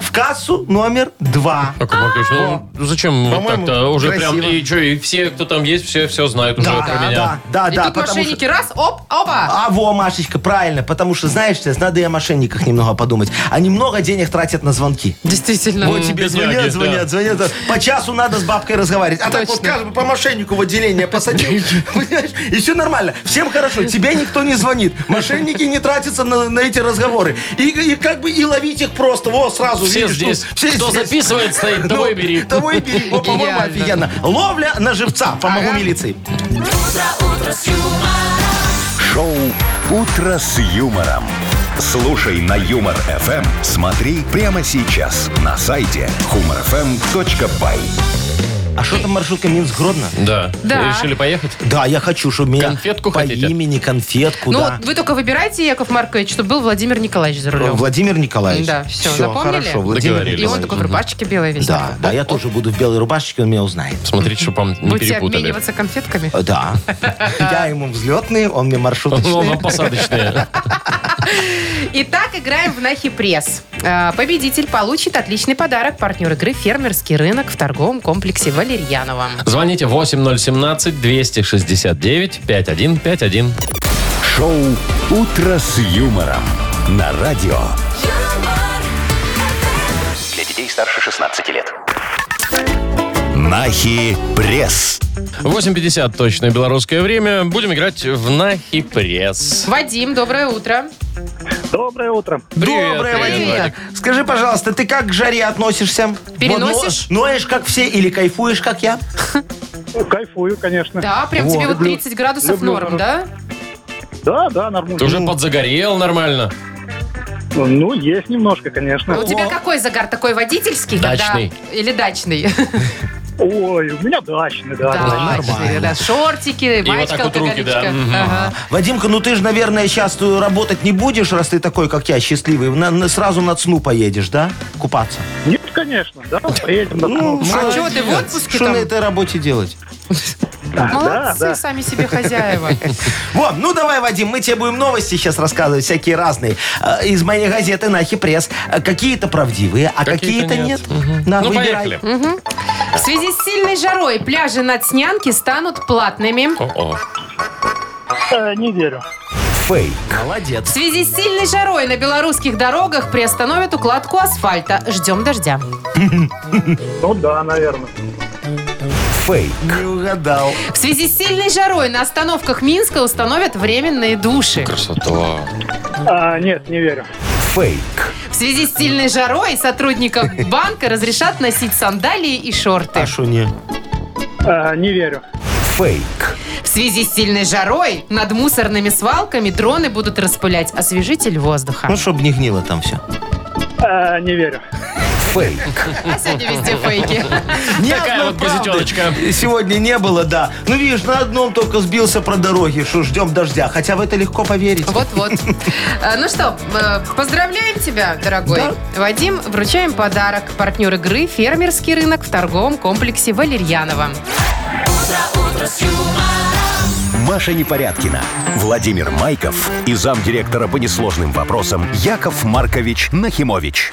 D: в кассу номер 2.
B: Яков Маркович, ну зачем вот
D: а, По-моему,
B: так-то уже прям,
D: красиво.
B: и что, и все, кто там есть, все, все знают уже
D: Да,
B: про
D: да,
B: меня.
D: да, да,
C: И
D: да,
C: тут
D: потому что-
C: мошенники раз, оп, опа.
D: А во, Машечка, правильно, потому что, знаешь, сейчас надо и о мошенниках немного подумать. Они много денег тратят на звонки.
C: Действительно.
D: Вот тебе
B: бедняги,
D: звонят,
B: да.
D: звонят, звонят. да. По часу надо с бабкой разговаривать. А так вот
C: Точно.
D: каждому по мошеннику в отделение посадил. Понимаешь? И все нормально. Всем хорошо. Тебе никто не звонит. Мошенники не тратятся на, на эти разговоры. И, и как бы и ловить их просто. Во, сразу.
B: Все
D: видишь, ну,
B: здесь. Кто записывает, стоит, того и
D: Ну,
B: бери.
D: Того и бери. Во, По-моему,
C: Идеально.
D: офигенно. Ловля на живца. Помогу милиции.
A: Шоу «Утро с юмором». Слушай на Юмор ФМ. Смотри прямо сейчас на сайте humorfm.by.
D: А что там маршрутка Минск-Гродно?
B: Да.
C: Да.
B: Решили поехать?
D: Да, я хочу, чтобы меня
B: Конфетку
D: по
B: хотите?
D: имени конфетку,
C: Ну,
D: да.
C: вот вы только выбирайте, Яков Маркович, чтобы был Владимир Николаевич за рулем.
D: Владимир Николаевич.
C: Да, всё, запомнили?
D: Хорошо, Владимир
B: Договорились.
C: И он такой в
D: Николаевич.
C: рубашечке белой весь.
D: Да, да, я тоже буду в белой рубашечке, он меня узнает.
B: Смотрите, чтобы вам не
C: Будете
B: перепутали.
C: обмениваться конфетками?
D: Э, Да. Я ему взлетный, он мне
B: Ну, вам
D: маршруточный.
B: посадочные.
C: Итак, играем в Нахи Пресс. А, Победитель получит отличный подарок. Партнер игры «Фермерский рынок» в торговом комплексе «Валерьянова».
B: Звоните 8017-269-5151.
A: Шоу «Утро с юмором» на радио.
E: Для детей старше 16 лет.
A: Нахи пресс.
B: 8.50 точное белорусское время. Будем играть в Нахи Пресс.
C: Вадим, доброе утро.
G: Доброе утро.
B: Привет,
D: Доброе,
B: привет,
D: Вадимка.
B: Вадик.
D: Скажи, пожалуйста, ты как к жаре относишься?
C: Переносишь?
D: Вот но- ноешь, как все, или кайфуешь, как я?
G: Кайфую, конечно.
C: Да, прям
D: Во,
C: тебе вот
D: люблю.
C: 30 градусов
G: Люблю
C: норм, да?
G: Да, да, нормально.
B: Ты
D: Ну.
B: уже подзагорел нормально.
G: Ну, есть немножко, конечно.
C: А У тебя какой загар? Такой водительский? когда-
B: Дачный.
C: Или дачный?
G: Ой, у меня дачный, да.
C: Дачный, да. Шортики,
B: И вот
C: маечка
B: так вот руки, да,
C: алкоголичка.
B: мгм.
C: Ага.
D: Вадимка, ну ты же, наверное, сейчас э, работать не будешь, раз ты такой, как я, счастливый. На- на- сразу на цну поедешь, да? Купаться.
G: Нет, конечно, да, поедем на
D: Ну,
C: а чё ты в отпуске
D: Что
C: там?
D: на этой работе делать?
C: Молодцы, сами себе хозяева.
D: Во, ну давай, Вадим, мы тебе будем новости сейчас рассказывать, всякие разные. Э, Из моей газеты «Нахи пресс». Э, Какие-то правдивые, а какие-то,
B: Какие-то
D: нет.
B: нет.
D: На,
B: ну,
D: выбирай.
B: поехали.
C: В связи с сильной жарой пляжи на Снянке станут платными.
B: О-о.
G: Э, не верю.
A: Фейк.
D: Молодец.
C: В связи с сильной жарой на белорусских дорогах приостановят укладку асфальта. Ждем дождя.
G: Ну да, наверное.
A: Фейк.
D: Не угадал.
C: В связи с сильной жарой на остановках Минска установят временные души.
B: Красота.
G: Э, нет, не верю.
A: Фейк.
C: В связи с сильной жарой сотрудникам банка разрешат носить сандалии и шорты.
D: А Что не?
G: Э, не верю.
A: Фейк.
C: В связи с сильной жарой над мусорными свалками дроны будут распылять освежитель воздуха.
B: А.
D: Ну, чтобы не гнило там все.
G: Э, не верю.
A: Фейк.
C: А сегодня везде фейки.
B: Такая вот газетеночка.
D: Сегодня не было, да. Ну, видишь, на одном только сбился про дороги, что ждем дождя. Хотя в это легко поверить.
C: Вот-вот. Э, Ну что, э, поздравляем тебя, дорогой. Вадим, вручаем подарок. Партнер игры «Фермерский рынок» в торговом комплексе «Валерьянова».
A: Маша Непорядкина, Владимир Майков и замдиректора по несложным вопросам Яков Маркович Нахимович.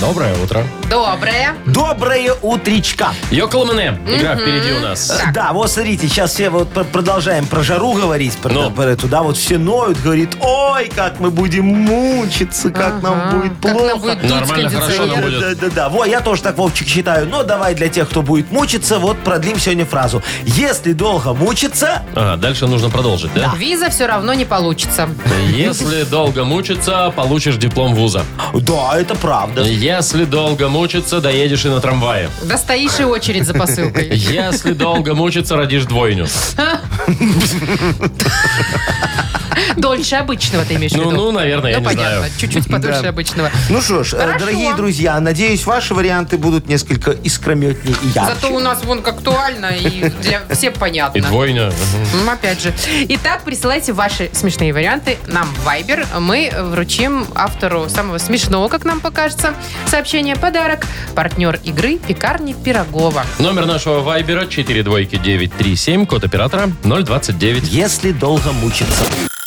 B: Доброе утро.
C: Доброе.
D: Доброе утречка.
B: Йокол Эм. Игра впереди у нас.
D: Да, вот смотрите, сейчас все вот пр- продолжаем про жару говорить, про,
B: Ну.
D: про эту, да, вот все ноют, говорит, ой, как мы будем мучиться, как нам будет
C: Как
D: плохо.
C: нам будет дуть
B: Нормально, хорошо
C: кондиционер.
B: нам будет.
D: Да, да, да. Во, я тоже так, Вовчик, считаю. Но давай для тех, кто будет мучиться, вот продлим сегодня фразу. Если долго мучиться,
B: Ага, дальше нужно продолжить, да?
C: Виза все равно не получится.
B: Если долго мучиться, получишь диплом вуза.
D: да, это правда.
B: Если долго мучиться, доедешь и на трамвае.
C: Достоишь и очередь за посылкой.
B: Если долго мучиться, родишь двойню.
C: Дольше обычного ты имеешь в
B: Ну,
C: виду?
B: ну, наверное, я
C: Ну,
B: не
C: понятно,
B: знаю.
C: чуть-чуть подольше обычного.
D: Ну что ж, э,
C: Хорошо.
D: дорогие друзья, надеюсь, ваши варианты будут несколько искрометнее и ярче.
C: Зато у нас вон актуально и для всех понятно.
B: И двойня.
C: Ну, Опять же. Итак, присылайте ваши смешные варианты нам в Viber. Мы вручим автору самого смешного, как нам покажется, сообщение подарок. Партнер игры «Пекарни Пирогова».
B: Номер нашего вайбера 4 двойки 937, код оператора 029.
D: Если долго мучиться.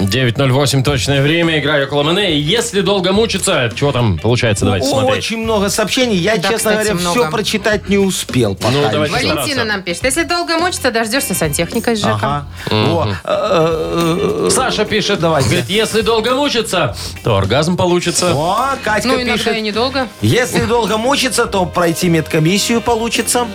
B: 908 точное время, играю около Мене. И Если долго мучиться, чего там получается, давайте смотреть.
D: Ну, Очень много сообщений. Я,
C: Да,
D: честно
C: кстати,
D: говоря,
C: много.
D: все прочитать не успел. Пока
B: Ну, давайте
D: еще.
B: Стараться.
C: Валентина нам пишет. Если долго мучиться, дождешься сантехника из ЖК.
D: Ага. Во. Э, э, э,
B: Саша пишет,
D: Давайте.
B: говорит, если долго мучиться, то оргазм получится.
D: О, Катька
C: Ну, иногда и
D: пишет.
C: недолго.
D: Если долго мучиться, то пройти медкомиссию получится.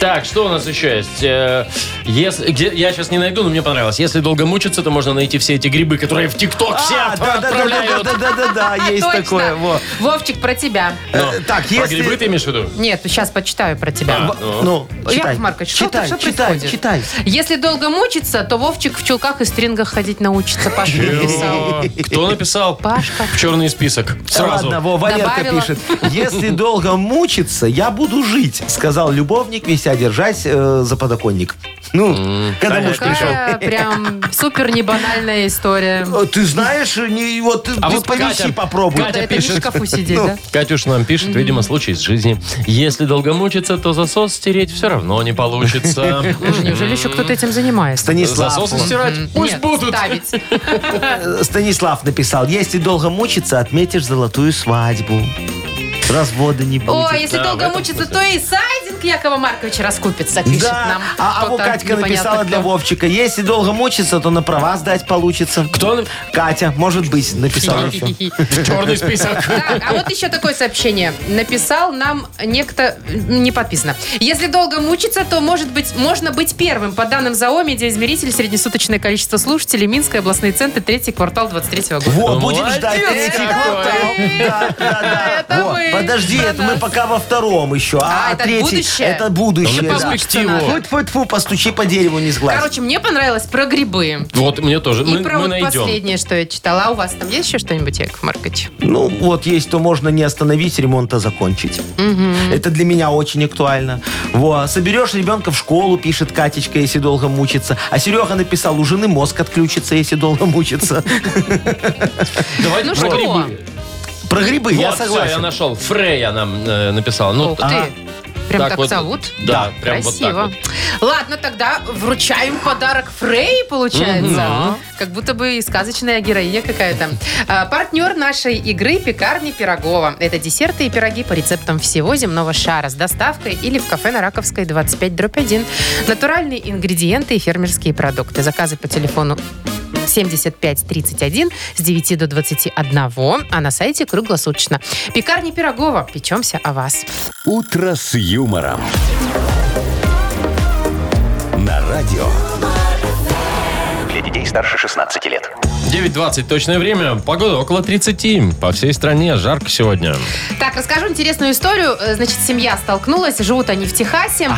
B: Так, что у нас еще есть? Э, если, где, я сейчас не найду, но мне понравилось. Если долго мучиться, то можно найти все эти грибы, которые в ТикТок все
D: А, да, да, да, да,
B: отправляют.
D: да, да, да, да,
C: А,
D: есть
C: точно.
D: такое. во.
C: Вовчик, про тебя.
B: Но
D: Э, Так,
B: Про грибы ты
D: если...
B: имеешь в виду?
C: Нет, сейчас почитаю про тебя.
B: А.
D: В- Ну, читай.
C: Яков Маркович, что
D: читай,
C: тут, что
D: читай,
C: происходит?
D: читай.
C: Если долго мучиться, то Вовчик в чулках и стрингах ходить научится. Паша написал.
B: Чего? Кто написал?
C: Пашка.
B: В черный список.
D: Да
B: Сразу.
D: Ладно, во, Валерка
C: Добавила.
D: пишет. Если долго мучиться, я буду жить, сказал любовник, вися себя держать э, за подоконник. Ну, когда муж пришел.
C: Такая э, прям супер небанальная история.
D: Э, Ты знаешь, не, вот ты,
B: А
D: ты
B: вот
D: повиси
B: Катя-
D: попробуй.
B: Катя
C: это не в
B: пишет.
C: шкафу сидеть,
D: Ну.
C: да?
B: Катюш нам пишет, видимо, случай из жизни. Если долго мучиться, то засос стереть все равно не получится.
C: Боже, Неужели еще кто-то этим занимается?
D: Станислав,
B: Засосы
D: вот,
B: стирать? Пусть
C: Нет,
B: будут.
C: ставить.
D: э, Станислав написал, если долго мучиться, отметишь золотую свадьбу. Развода не будет.
C: Ой, если
B: да, в
C: долго
B: этом
C: мучиться, то и сайдинг Якова Марковича раскупится, пишет
D: да,
C: нам.
D: а, а вот
C: кто-то
D: Катька
C: непонятно
D: написала для
C: кто.
D: Вовчика, если долго мучиться, то на права сдать получится.
B: Кто на-
D: Катя, может быть, написала. всё.
B: В черный список.
C: Так, а вот еще такое сообщение. Написал нам некто, м, не подписано. Если долго мучиться, то может быть, можно быть первым. По данным ЗАО, медиаизмеритель, среднесуточное количество слушателей, Минской областной центр, третий квартал 23 года.
D: Во, будем
B: Молодец
D: ждать третий
B: какой.
D: квартал. Да, да, да.
C: Это
D: Во,
C: мы.
D: Подожди,
C: Да,
D: это
C: да.
D: мы пока во втором еще.
C: А,
D: А
C: это
D: третий
C: будущее?
D: это
B: Ну,
D: будущее.
B: на
D: да.
B: перспективу.
D: Фу, фу, фу, постучи по дереву, не сглазь.
C: Короче, мне понравилось про грибы.
B: Вот, мне тоже.
C: И
B: Мы
C: про
B: мы
C: вот
B: найдем.
C: последнее, что я читала. А у вас там есть еще что-нибудь, Яков Маркович?
D: Ну, вот есть, то можно не остановить, ремонта закончить. Это для меня очень актуально. Во, соберешь ребенка в школу, пишет Катечка, если долго мучиться. А Серега написал, у жены мозг отключится, если долго мучиться.
B: Давайте про
C: Ну что?
B: грибы.
D: Про грибы, я
B: Вот, всё, я
D: согласен.
B: нашел. Фрея нам э, написала.
C: Ух
B: Ну,
C: ты. Прям так,
B: вот-
C: зовут?
B: Да, прям вот так
C: Красиво.
B: вот.
C: Ладно, тогда вручаем подарок Фрей, получается. Как будто бы и сказочная героиня какая-то. А, партнер нашей игры – пекарни Пирогова. Это десерты и пироги по рецептам всего земного шара с доставкой или в кафе на Раковской 25 дробь 1. Натуральные ингредиенты и фермерские продукты. Заказы по телефону 7531 с 9 до 21, а на сайте круглосуточно. Пекарни Пирогова. Печемся о вас.
A: «Утро с юмором». На радио.
E: Для детей старше 16 лет.
B: 9.20 точное время. Погода около 30. По всей стране жарко сегодня.
C: Так, расскажу интересную историю. Э, Значит, семья столкнулась, живут они в Техасе,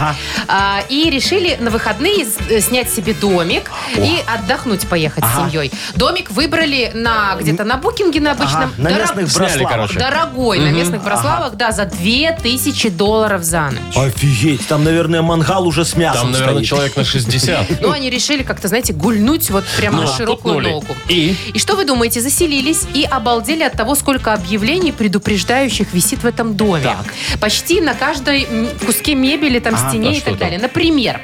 C: а, и решили на выходные с- э, снять себе домик и отдохнуть поехать с семьей. Домик выбрали на где-то на букинге на обычном.
D: Ага, на
C: Дорог-
D: местных
B: Сняли,
D: браславах.
B: короче.
C: Дорогой, на местных Брославах, да, за 2000 долларов за ночь.
D: Офигеть, там, наверное, мангал уже с мясом
B: Там, наверное,
D: А стоит.
B: человек на 60.
C: Ну, они решили как-то, знаете, гульнуть вот прям на
D: а
B: Ну,
C: широкую
B: путнули.
C: ногу.
B: И?
C: И что вы думаете, заселились и обалдели от того, сколько объявлений предупреждающих висит в этом доме. Почти на каждой м, куске мебели, там, стене
B: а
C: и
B: что
C: так
B: там?
C: далее. Например,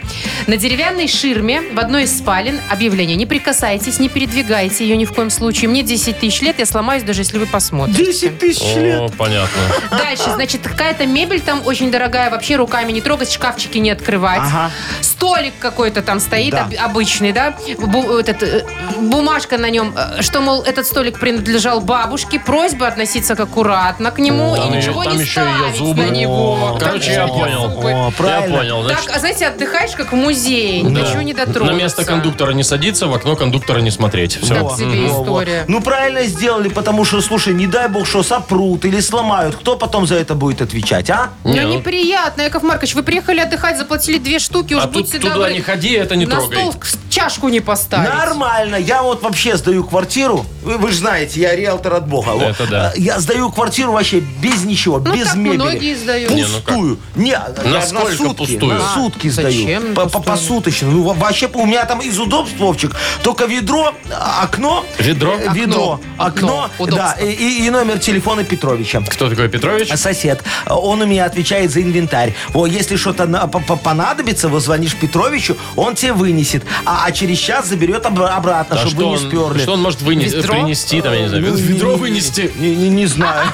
C: на деревянной ширме в одной из спален объявление «Не прикасайтесь, не передвигайте ее ни в коем случае. Мне 10 тысяч лет, я сломаюсь, даже если вы посмотрите».
D: 10 тысяч лет.
B: О, понятно.
C: Дальше, значит, какая-то мебель там очень дорогая, вообще руками не трогать, шкафчики не открывать.
D: Ага.
C: Столик какой-то там стоит,
D: Да.
C: об- обычный, да? Бу- этот, э, бумажка на нем, э, что, мол, этот столик принадлежал бабушке, просьба относиться к- аккуратно к нему
B: Там
C: и
B: и-
C: ничего
B: там
C: не
B: еще и ее
C: ставить
B: зубы.
C: на него.
B: О, короче, я
C: Там еще
B: понял.
C: зубы.
D: О, правильно.
B: Я понял. Значит,
C: Так, а знаете, отдыхаешь как в музее,
B: да.
C: ничего не дотронуться.
B: На место кондуктора не садиться, в окно кондуктора не смотреть. Все.
C: Как тебе история?
D: Ну, правильно сделали, потому что, слушай, не дай бог, что сопрут или сломают. Кто потом за это будет отвечать, а?
C: Ну, неприятно, Яков Маркович, вы приехали отдыхать, заплатили две штуки, уж
B: а тут
C: будьте
B: туда
C: добры.
B: не ходи, это не
C: на
B: трогай.
C: стол к- чашку не поставить.
D: Нормально. Я вот вообще сдаю квартиру. Вы, вы же знаете, я риэлтор от бога. Вот.
B: Это да.
D: А, Я сдаю квартиру вообще без ничего,
C: Ну,
D: без
C: так
D: мебели.
C: многие сдают.
B: Не, ну как?
D: Пустую. Не, я на
B: сколько
D: сутки,
B: пустую?
D: На
B: А,
D: сутки
C: зачем
D: сдаю. По- по-
C: пустую?
D: Посуточно. Ну, во- вообще, у меня там из удобств, Вовчик, только ведро, а, окно.
B: Ведро?
D: э, Ведро.
C: Окно.
D: Окно.
C: Удобство.
D: да, и- и, и номер телефона Петровича.
B: Кто такой Петрович?
D: А Сосед. Он у меня отвечает за инвентарь. О, если что-то на- по- по- понадобится, позвонишь Петровичу, он тебе вынесет. А, а через час заберет обра- обратно,
B: Да,
D: а чтобы
B: что,
D: не
B: он,
D: сперли.
B: что он может вынести,
C: Ведро?
B: принести, там, я не знаю,
D: Ну,
B: ведро
D: не- не-
B: вынести. Ну
D: Не, не, не знаю.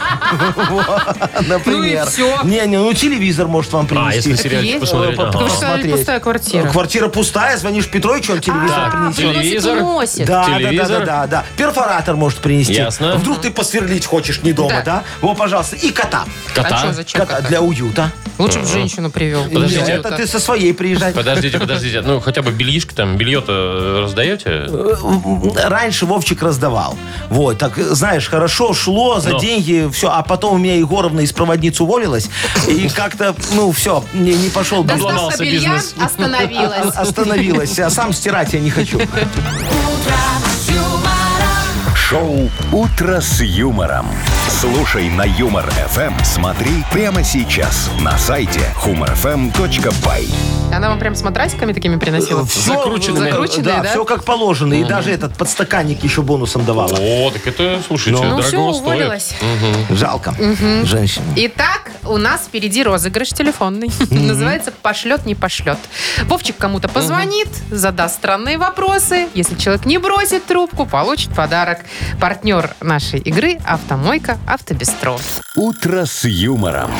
D: Вот, Например.
C: всё.
D: Не, не, ну телевизор может вам
B: А, если
D: принести.
B: сериальчик
C: есть?
B: посмотреть.
D: Ой,
B: ага.
C: Так вы же сказали,
D: Смотреть.
C: пустая квартира.
D: Квартира пустая, звонишь Петровичу, он телевизор
C: А,
D: принесет.
C: приносит и
B: Телевизор?
C: носит.
D: Да, да, да,
B: Телевизор?
D: да, да, да. Перфоратор может принести.
B: Ясно.
D: Вдруг ты посверлить хочешь не дома,
C: Да.
D: да? Вот, пожалуйста. И кота.
C: А что,
B: Кота?
C: зачем
D: кота
C: кота?
D: для уюта.
C: Лучше бы женщину привел.
B: Подождите.
D: Не, это ты со своей приезжай.
B: Подождите, подождите. Ну, хотя бы бельишко там, белье-то э, раздаете?
D: Раньше Вовчик раздавал. Вот, так, знаешь, хорошо шло за
B: Но.
D: деньги, все. А потом у меня Егоровна из проводниц уволилась. И как-то, ну, все, не, не пошел бизнес.
B: Обломался
C: Доставка белья
B: бизнес.
C: остановилась.
D: А Остановилась. А сам стирать я не хочу.
A: Шоу «Утро с юмором». Слушай на Юмор ФМ. Смотри прямо сейчас на сайте humorfm.by.
C: Она вам прям с матрасиками такими приносила?
D: Всё,
B: закрученными.
C: Закрученные, да?
D: все как положено. И даже этот подстаканник еще бонусом давала.
B: О, так это, слушайте,
C: Ну все,
B: дорого стоит.
C: уволилась.
D: Жалко. Женщина.
C: Итак, у нас впереди розыгрыш телефонный. Называется «Пошлет, не пошлет». Вовчик кому-то позвонит, задаст странные вопросы. Если человек не бросит трубку, получит подарок. Партнер нашей игры – автомойка «Автобестро».
A: «Утро с юмором».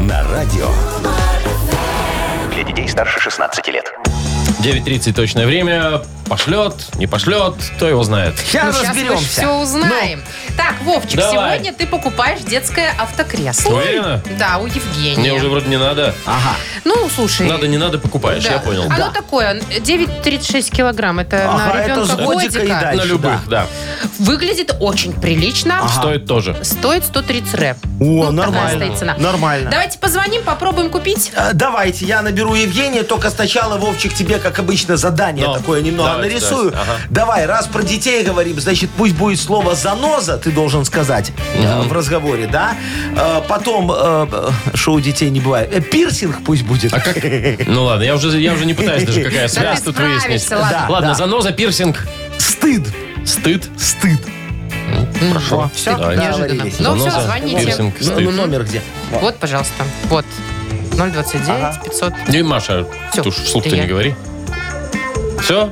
A: На радио.
E: Для детей старше 16 лет.
B: 9.30 точное время. Пошлет, не пошлет, кто его знает.
C: Ну,
D: Сейчас
C: сейчас
D: разберемся.
C: все узнаем. Так, Вовчик,
B: Ну, Давай.
C: сегодня ты покупаешь детское автокресло.
B: Уверена?
C: Да, у Евгения.
B: Мне уже вроде не надо.
D: Ага.
C: Ну, слушай.
B: Надо, не надо, покупаешь,
C: Да. А
B: я понял.
C: Оно такое, 9,36 килограмм. Это
D: Ну, Ага,
C: на
D: это
C: ребенка
D: с годика и
C: годика.
D: дальше.
B: На любых, да.
C: Выглядит очень прилично.
B: Стоит тоже.
C: Стоит 130 рэп. такая
D: О, нормально.
C: стоит цена.
D: Нормально.
C: Давайте позвоним, попробуем купить.
D: Э, Давайте, я наберу Евгения, только сначала, Вовчик, тебе, как обычно, задание
B: Ну,
D: такое немного
B: давайте,
D: нарисую.
B: давайте, ага.
D: Давай, раз про детей говорим, значит, пусть будет слово «заноза», ты должен сказать э, в разговоре, да? Э, Потом, э, э, шо у детей не бывает, Э, пирсинг пусть будет.
B: Ну ладно, я уже, я уже не пытаюсь даже, какая связь
C: ты
B: тут
C: справишься,
B: выяснить.
C: ладно.
D: Да,
B: Ладно,
D: да.
B: заноза, пирсинг,
D: Стыд,
B: стыд.
D: стыд.
B: Ну, Хорошо.
C: Все,
B: Давай.
C: неожиданно.
D: договорились.
C: Ну все,
B: Заноза,
C: звоните.
B: пирсинг.
D: Ну,
B: Стыд.
D: ну, номер где?
C: Вот, пожалуйста. Вот. 029 500.
B: И, Маша,
C: Всё,
B: ты уж вслух-то
C: это я.
B: не говори. Все?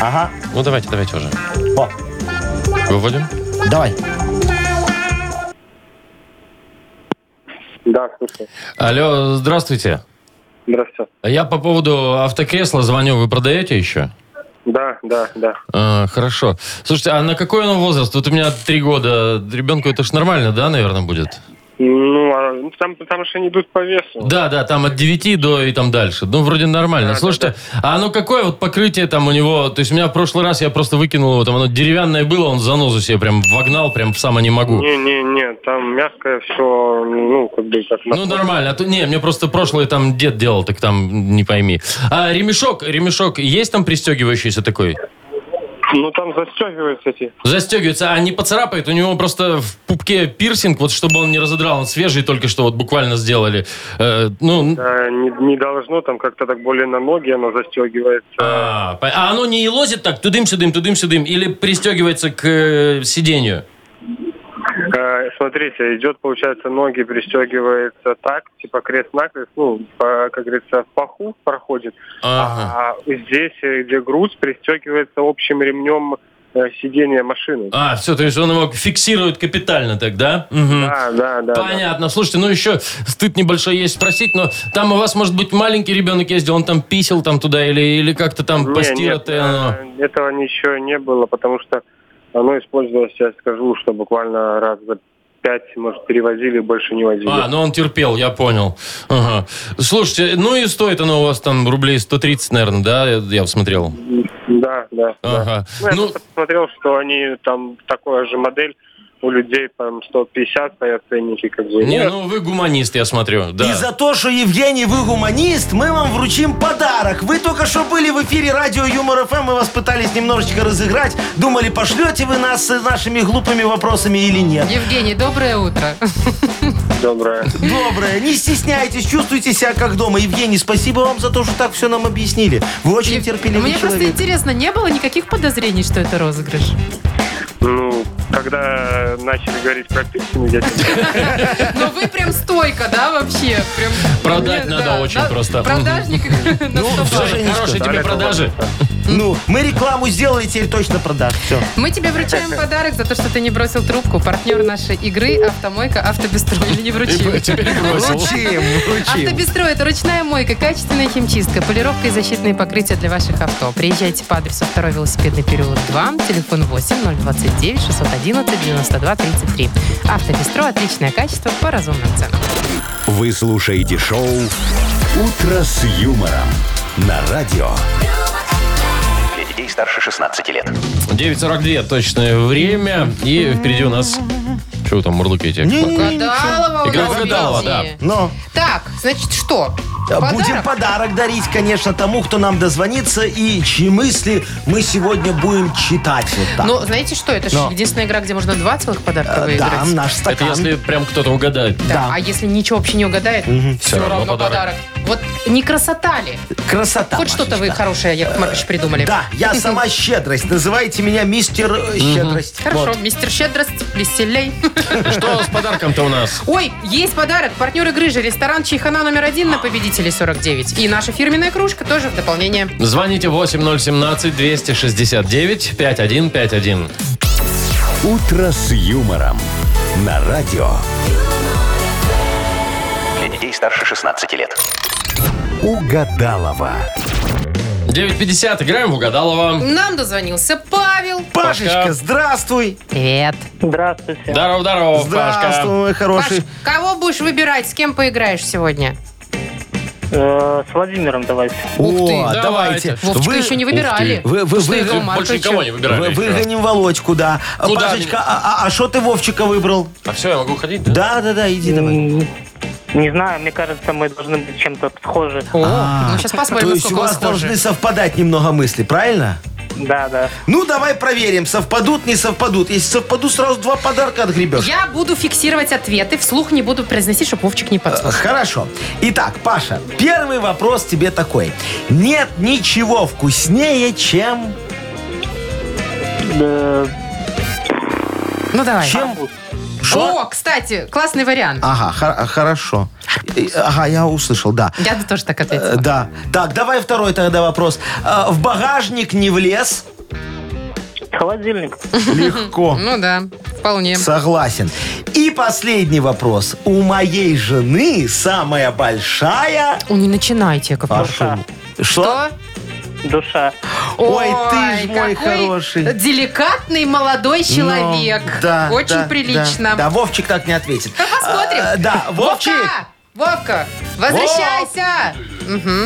D: Ага,
B: Ну давайте, давайте уже.
D: О.
B: Выводим?
D: давай.
G: Да, слушай.
B: Алло, здравствуйте.
G: Здравствуйте.
B: Я по поводу автокресла звоню. Вы продаете еще?
G: Да, да, да.
B: А, хорошо. Слушайте, а на какой он возраст? Вот у меня три года. Ребенку это ж нормально, да, наверное, будет?
G: Ну, а, ну, там, там же они идут по весу.
B: Да, да, там от 9 до и там дальше. Ну, вроде нормально.
G: Да,
B: Слушайте, а оно какое вот покрытие там у него? То есть у меня в прошлый раз я просто выкинул его, там оно деревянное было, он занозу себе прям вогнал, прям сама не могу.
G: Не-не-не, там мягкое все, ну, как бы как на-
B: Ну, нормально. А то, не, мне просто прошлое там дед делал, так там не пойми. А ремешок, ремешок, есть там пристегивающийся такой?
G: Ну, там застегиваются эти.
B: Застегивается, а не поцарапает. У него просто в пупке пирсинг, вот чтобы он не разодрал. Он свежий только что вот буквально сделали. Э, ну,
G: э, не, не должно, там как-то так более на ноги оно застегивается.
B: а, по- а оно не елозит так, тудым-сюдым, тудым-сюдым, или пристегивается к э, сиденью?
G: Э, Смотрите, идет, получается, ноги пристегивается так, типа крест-накрест, ну, по- как говорится, в паху проходит.
B: Ага.
G: А здесь, э, где груз, пристегивается общим ремнем э, сидения машины.
B: А, все, то есть он его фиксирует капитально тогда? Мгм.
G: Да, А, да, да. да.
B: Понятно. Слушайте, ну еще стыд небольшой есть спросить, но там у вас, может быть, маленький ребенок ездил, он там писал там туда или, или как-то там
G: Не, нет,
B: постиротое. оно?
G: э, этого ничего не было, потому что оно использовалось, я скажу, что буквально раз за пять, может, перевозили, больше не возили.
B: А, ну он терпел, я понял. Ага. Слушайте, ну и стоит оно у вас там рублей 130, наверное, да? Я, я смотрел.
G: Да, да. да.
B: Ага.
G: Ну, я
B: Ну,
G: просто посмотрел, что они там такая же модель у людей, там 150 стоят ценники, как бы.
B: не, ну вы гуманист, я смотрю.
D: И
B: Да.
D: за то, что, Евгений, вы гуманист, мы вам вручим подарок. Вы только что были в эфире радио Юмор ФМ, мы вас пытались немножечко разыграть. Думали, пошлете вы нас с нашими глупыми вопросами или нет.
C: Евгений, доброе утро.
G: Доброе.
D: Доброе, не стесняйтесь, чувствуйте себя как дома. Евгений, спасибо вам за то, что так все нам объяснили. Вы очень терпеливый
C: Мне просто
D: человек.
C: интересно, не было никаких подозрений, что это розыгрыш?
G: Ну, когда начали говорить про пирсинг, я тебе-
C: Но Ну, вы прям стойко, да, вообще? Прям,
B: Продать
C: Мне-
B: надо очень просто.
C: Продажник на
D: Ну,
C: 100
D: всё же
C: баллов.
D: Женечка.
B: Хорошие тебе продажи.
D: Ну, мы рекламу сделали, теперь точно продаж. Все.
C: Мы тебе вручаем подарок за то, что ты не бросил трубку. Партнер нашей игры «Автомойка Автобестро». Или не вручил?
B: Типа, Теперь бросил.
D: Вручим, вручим.
C: Автобестро – это ручная мойка, качественная химчистка, полировка и защитные покрытия для ваших авто. Приезжайте по адресу 2 велосипедный переулок 2, телефон 8 029 611 92 33. Автобестро – отличное качество по разумным ценам.
A: Вы слушаете шоу «Утро с юмором» на радио.
E: Для детей старше 16 лет.
B: 9.42 точное время. И впереди у нас... Чего вы там мурлыкаете?
D: Не-не-не.
C: Гадалова у
B: Игра
C: нас
B: в гадалова,
C: впереди.
D: Но
C: Так, значит, что? Подарок?
D: Будем подарок дарить, конечно, тому, кто нам дозвонится и чьи мысли мы сегодня будем читать. Вот так.
C: Ну, знаете что, это же
D: Но.
C: единственная игра, где можно два целых подарка
D: Э, да,
C: выиграть.
D: наш
B: Это
D: стакан.
B: если прям кто-то угадает.
C: Да,
D: да.
C: А если ничего вообще не угадает, все,
B: равно
C: равно
B: подарок.
C: подарок. Вот не красота ли?
D: Красота.
C: Хоть что-то вы
D: Машечка.
C: хорошее, Яков Маркович, придумали.
D: Да, я сама щедрость. Называйте меня мистер э, щедрость.
C: Хорошо,
D: Вот.
C: мистер Щедрость, веселей.
B: Что с подарком-то у нас?
C: Ой, есть подарок. Партнер игры же ресторан Чайхана номер один на победителей 49. И наша фирменная кружка тоже в дополнение.
B: Звоните 8017-269-5151.
A: «Утро с юмором» на радио.
E: Для детей старше 16 лет.
A: Угадалова.
B: 9.50, играем в Угадалова.
C: Нам дозвонился Павел.
D: Пашечка,
B: Пашка.
D: здравствуй.
C: Привет.
H: Здравствуйте.
B: Здорово-здорово,
D: Здравствуй,
B: Пашка.
D: мой
C: Паш,
D: хороший.
C: кого будешь выбирать, с кем поиграешь сегодня?
H: Э, с Владимиром давайте.
C: Ух ты,
D: О, давайте.
C: Вовчика еще не выбирали.
D: Вы, вы,
C: Что
D: вы-
C: это,
B: Ты
C: Маркович?
B: больше никого не выбирали.
D: А вы- выгоним Володьку, да. А,
B: Куда
D: Пашечка,
B: меня?
D: а что ты Вовчика выбрал?
B: А все, я могу уходить? да?
D: Да, да, да, иди
C: Ну,
D: давай.
H: М, Не знаю, мне кажется, мы должны быть чем-то схожи.
C: О,
D: А,
C: ну сейчас посмотрим,
D: То есть у
C: насколько вы
D: вас
C: схожи.
D: должны совпадать немного мысли, правильно?
H: Да, да.
D: Ну, давай проверим, совпадут, не совпадут. Если совпадут, сразу два подарка отгребешь.
C: Я буду фиксировать ответы, вслух не буду произносить, чтобы Вовчик не подслушал.
D: Хорошо. Итак, Паша, первый вопрос тебе такой. Нет ничего вкуснее, чем...
H: Э,
C: Ну давай.
D: чем... А.
C: О, кстати, классный вариант.
D: Ага, хор- хорошо. Э, Ага, я услышал, да.
C: Я бы тоже так
D: Э,
C: ответила.
D: Да. Так, давай второй тогда вопрос. Э, В багажник не влез?
H: холодильник.
D: Легко.
C: Ну да, вполне.
D: Согласен. И последний вопрос. У моей жены самая большая...
C: О, не начинайте, Яков Маркович.
D: Паша, Что?
C: Что?
H: Душа.
D: Ой, ты ж мой
C: какой
D: хороший.
C: Деликатный молодой человек.
D: Ну, да,
C: Очень
D: да,
C: прилично.
D: Да, Да, Вовчик так не ответит.
C: Ну, посмотрим.
D: А, Да, Вовчик.
C: Вовка! Вовка, возвращайся!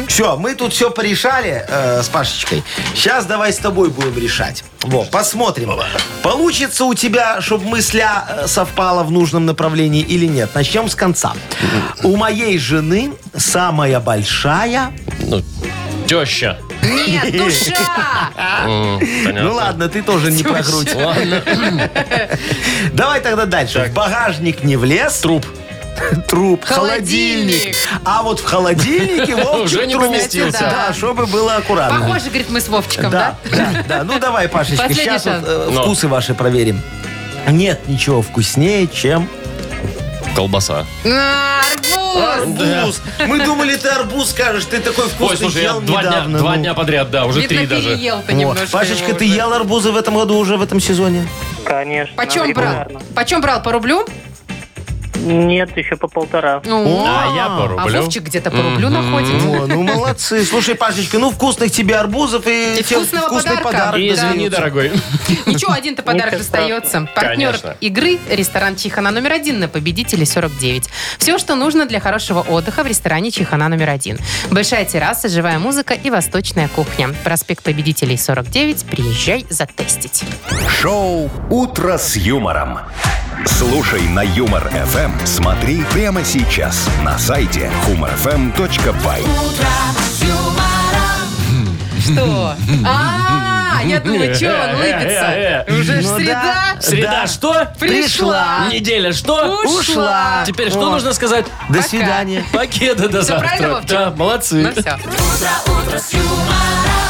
D: Все, мы тут все порешали э, с Пашечкой. Сейчас давай с тобой будем решать. Во, посмотрим, получится у тебя, чтобы мысля э, совпала в нужном направлении или нет. Начнем с конца. У моей жены самая большая...
B: Ну, теща.
C: Нет, душа!
B: М, понятно.
D: Ну ладно, ты тоже не прокрути.
B: Ладно.
D: Давай тогда дальше. В багажник не влез. Труп. Труп, холодильник.
C: Холодильник.
D: А вот в холодильнике Вовчик
B: Уже не
D: труп.
B: поместился.
D: Да, чтобы было аккуратно.
C: Похоже, говорит, мы с Вовчиком, да?
D: Да, да, да. Ну давай, Пашечка,
C: Последний
D: сейчас
C: шанс.
B: Но.
D: вкусы ваши проверим. Нет ничего вкуснее, чем
B: Колбаса.
C: На, Арбуз!
D: арбуз. Мы думали, ты арбуз скажешь. Ты такой
B: Ой,
D: вкусный
B: слушай, я
D: ел
B: два дня,
D: недавно.
B: два
D: ну.
B: дня подряд, да, уже
C: Видно,
B: три даже.
C: переел ты
D: Вот.
C: немножко.
D: Пашечка,
C: его
D: ты
C: уже.
D: ел арбузы в этом году уже, в этом сезоне?
H: Конечно.
C: Почем брал?
H: регулярно.
C: Почем брал? По рублю?
H: Нет, еще по полтора.
B: А я по
C: А
B: рублю.
C: Вовчик где-то по рублю находит.
D: О, ну молодцы. Слушай, Пашечка, ну вкусных тебе арбузов и,
C: И
D: тебе
C: вкусного
D: вкусный
C: подарка.
D: подарок.
C: И
D: дают.
B: Извини, дорогой.
C: Ничего, один-то подарок
H: Ничего
C: остается. Партнер
B: Конечно.
C: игры – ресторан «Чайхана номер один» на победителей 49. Все, что нужно для хорошего отдыха в ресторане «Чайхана номер один». Большая терраса, живая музыка и восточная кухня. Проспект победителей 49. Приезжай затестить.
A: Шоу «Утро с юмором». Слушай на Юмор ФМ. Смотри прямо сейчас на сайте humorfm.by.
C: Что? А, я думаю, что он
B: Э, э,
C: лыбится?
B: э, э.
C: Уже ж
D: Ну
C: среда.
D: да.
B: Среда
D: Да.
B: что?
C: Пришла.
B: Неделя что?
C: А. Ушла.
B: Теперь что нужно сказать?
D: До
C: Пока.
D: свидания.
B: Пакеты до
C: Всё правильно,
B: завтра.
C: Вовчик?
B: Да, молодцы.
C: Ну все.
I: утро, утро с юмором.